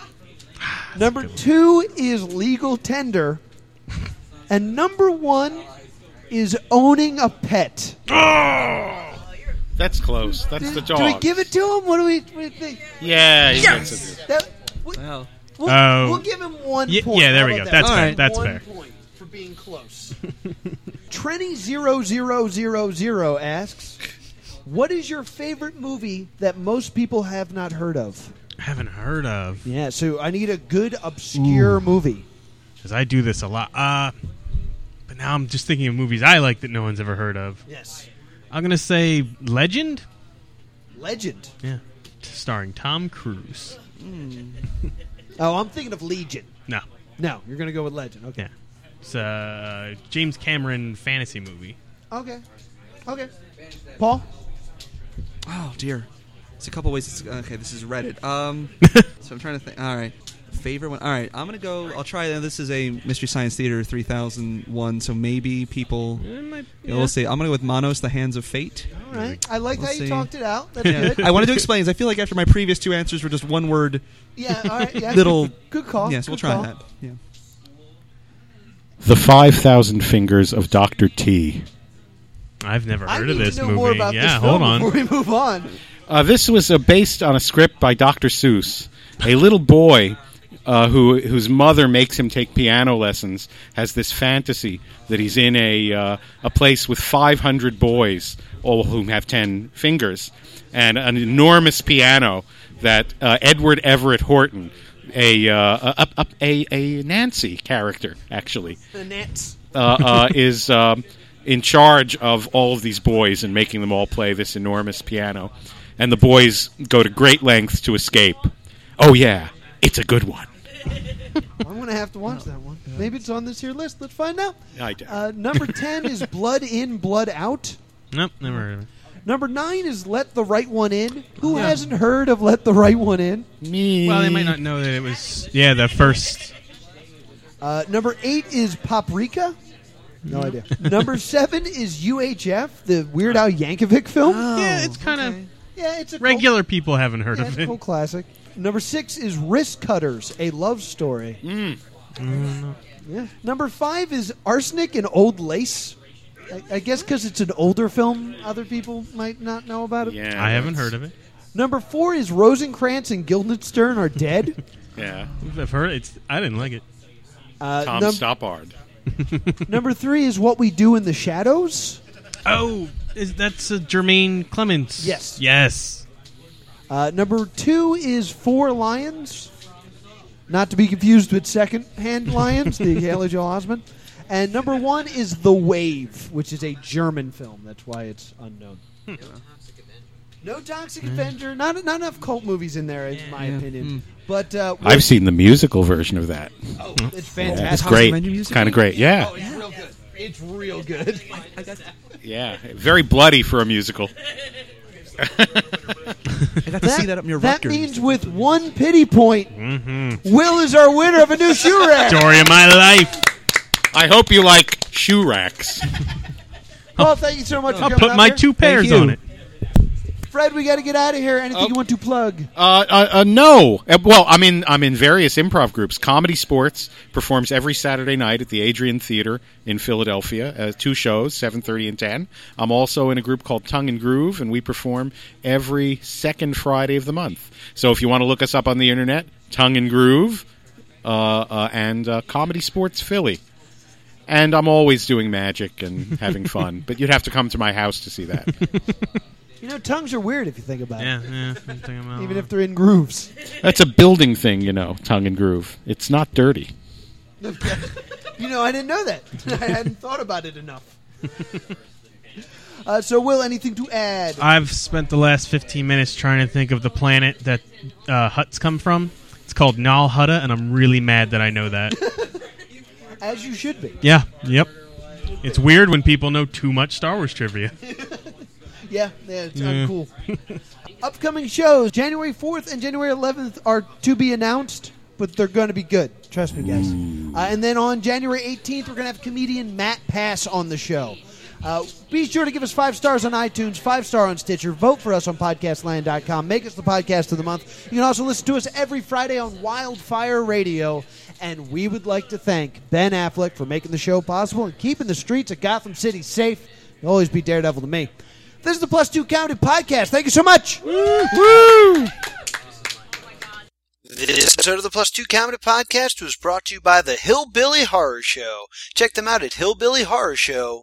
G: number two is legal tender, and number one is owning a pet.
H: That's close. That's the
G: Did-
H: dog.
G: Do we give it to him? What do we, what do we think?
H: Yeah. he gets it.
G: That, we,
C: wow.
G: will
I: Oh.
G: we'll give him one
I: Ye-
G: point.
I: yeah, there
G: How
I: we
G: about that?
I: go. That's
C: All
I: fair.
C: right.
I: That's
G: one
I: fair.
G: point for being close. Trenny zero zero zero zero asks, "What is your favorite movie that most people have not heard of?"
I: I haven't heard of
G: Yeah, so I need a good obscure movie.
I: because I do this a lot. Uh, but now I'm just thinking of movies I like that no one's ever heard of.
G: Yes,
I: I'm gonna say Legend.
G: Legend.
I: Yeah, starring Tom Cruise.
G: Oh, I'm thinking of Legion.
I: No,
G: No, you're gonna go with Legend. Okay.
I: yeah, it's a James Cameron fantasy movie.
G: Okay. Okay. Paul.
C: Oh dear. It's a couple ways. It's, okay, this is Reddit. Um, so I'm trying to think. All right, favorite one. All right, I'm gonna go. I'll try. uh, This is a Mystery Science Theater 3001. So maybe people.
I: It might-
C: Yeah, we'll see. I'm gonna go with Manos, the Hands of Fate.
G: All right. I like
C: We'll
G: how you
C: see.
G: talked it out. That's good.
C: I wanted to explain. 'cause I feel like after my previous two answers were just one word.
G: yeah. All right. Yeah.
C: Little-
G: Good call.
C: yes, we'll
G: good
C: try
G: call.
C: that. Yeah.
H: The five thousand fingers of Doctor T.
I: I've never
G: I
I: heard
G: need
I: of this
G: to know
I: movie.
G: more about
I: yeah,
G: this
I: hold
G: film
I: on.
G: before we move on.
H: Uh, this was uh, based on a script by Dr. Seuss. A little boy uh, who whose mother makes him take piano lessons has this fantasy that he's in a uh, a place with 500 boys, all of whom have 10 fingers, and an enormous piano that uh, Edward Everett Horton, a, uh, a, a, a a Nancy character actually,
G: The Nets.
H: uh, uh, is um, in charge of all of these boys and making them all play this enormous piano. And the boys go to great lengths to escape. Oh, yeah, it's a good one.
G: I'm going to have to watch that one. Maybe it's on this here list. Let's find out.
H: I doubt
G: Uh, number 10 is Blood In, Blood Out.
I: Nope, never heard of it.
G: Number 9 is Let the Right One In. Who hasn't heard of Let the Right One In?
H: Me.
I: Well, they might not know that it was. Yeah, the first.
G: Uh, number 8 is Paprika. No idea. number 7 is UHF, the Weird Al Yankovic film.
I: yeah, it's kind of
G: yeah, it's a
I: regular people haven't heard
G: Cool, yeah,
I: of
G: it's
I: it.
G: a cool classic. Number 6 is Wrist Cutters, a love story.
H: Mm.
G: Yeah. Number 5 is Arsenic and Old Lace. I, I guess because it's an older film, other people might not know about it.
H: Yeah,
I: I haven't heard of it.
G: Number four is Rosencrantz and Guildenstern are dead.
H: Yeah,
I: I've heard it's. I didn't like it.
G: Uh,
H: Tom
G: num-
H: Stoppard.
G: number three is What We Do in the Shadows.
I: Oh, is that's a Jermaine Clements?
G: Yes.
I: Yes.
G: Uh, number two is Four Lions, not to be confused with Second Hand Lions, the Haley Joel Osment. And number one is The Wave, which is a German film. That's why it's unknown. No Toxic Avenger. Not not enough cult movies in there, in my
I: Hmm.
G: opinion. But uh,
H: I've seen the musical version of that.
G: it's fantastic.
H: It's
C: House of
H: great.
C: Ranger
H: It's
C: musical?
H: kind of great. Yeah.
G: It's real good. It's real good.
H: Yeah. Very bloody for a musical.
C: I got to see that up near
G: that
C: Rutgers.
G: means with one pity point,
I: Mm-hmm.
G: Will is our winner of a new shoe rack.
I: Story of my life.
H: I hope you like shoe racks.
G: Well, thank you so much. for
I: I'll
G: coming
I: put
G: out
I: my
G: here.
I: two pairs
C: you.
I: on it.
G: Fred, we got to get out of here. Anything
H: Oh.
G: you want to plug?
H: Uh, uh, uh, no. Uh, well, I'm in. I'm in various improv groups. Comedy Sports performs every Saturday night at the Adrian Theater in Philadelphia. Uh, two shows, seven thirty and ten. I'm also in a group called Tongue and Groove, and we perform every second Friday of the month. So if you want to look us up on the internet, Tongue and Groove, uh, uh, and uh, Comedy Sports Philly. And I'm always doing magic and having fun, but you'd have to come to my house to see that.
G: You know, tongues are weird if you think about
I: Yeah, yeah. I'm thinking about
G: it, even
I: that.
G: if they're in grooves.
H: That's a building thing, you know, Tongue and Groove. It's not dirty.
G: You know, I didn't know that. I hadn't thought about it enough. uh, so, Will, anything to add?
I: I've spent the last 15 minutes trying to think of the planet that uh, huts come from. It's called Nal Hutta, and I'm really mad that I know that.
G: As you should be.
I: yeah, yep. It's weird when people know too much Star Wars trivia.
G: Yeah, yeah it's uh, uncool. Upcoming shows, January 4th and January 11th, are to be announced, but they're going to be good. Trust me, guys. Uh, and then on January 18th, we're going to have comedian Matt Pass on the show. Uh, be sure to give us five stars on iTunes, five star on Stitcher. Vote for us on podcastland.com. Make us the podcast of the month. You can also listen to us every Friday on Wildfire Radio. And we would like to thank Ben Affleck for making the show possible and keeping the streets of Gotham City safe. You'll always be Daredevil to me. This is the Plus Two County Podcast. Thank you so much.
A: This episode of the Plus Two Comedy Podcast was brought to you by the Hillbilly Horror Show. Check them out at hillbillyhorrorshow.com.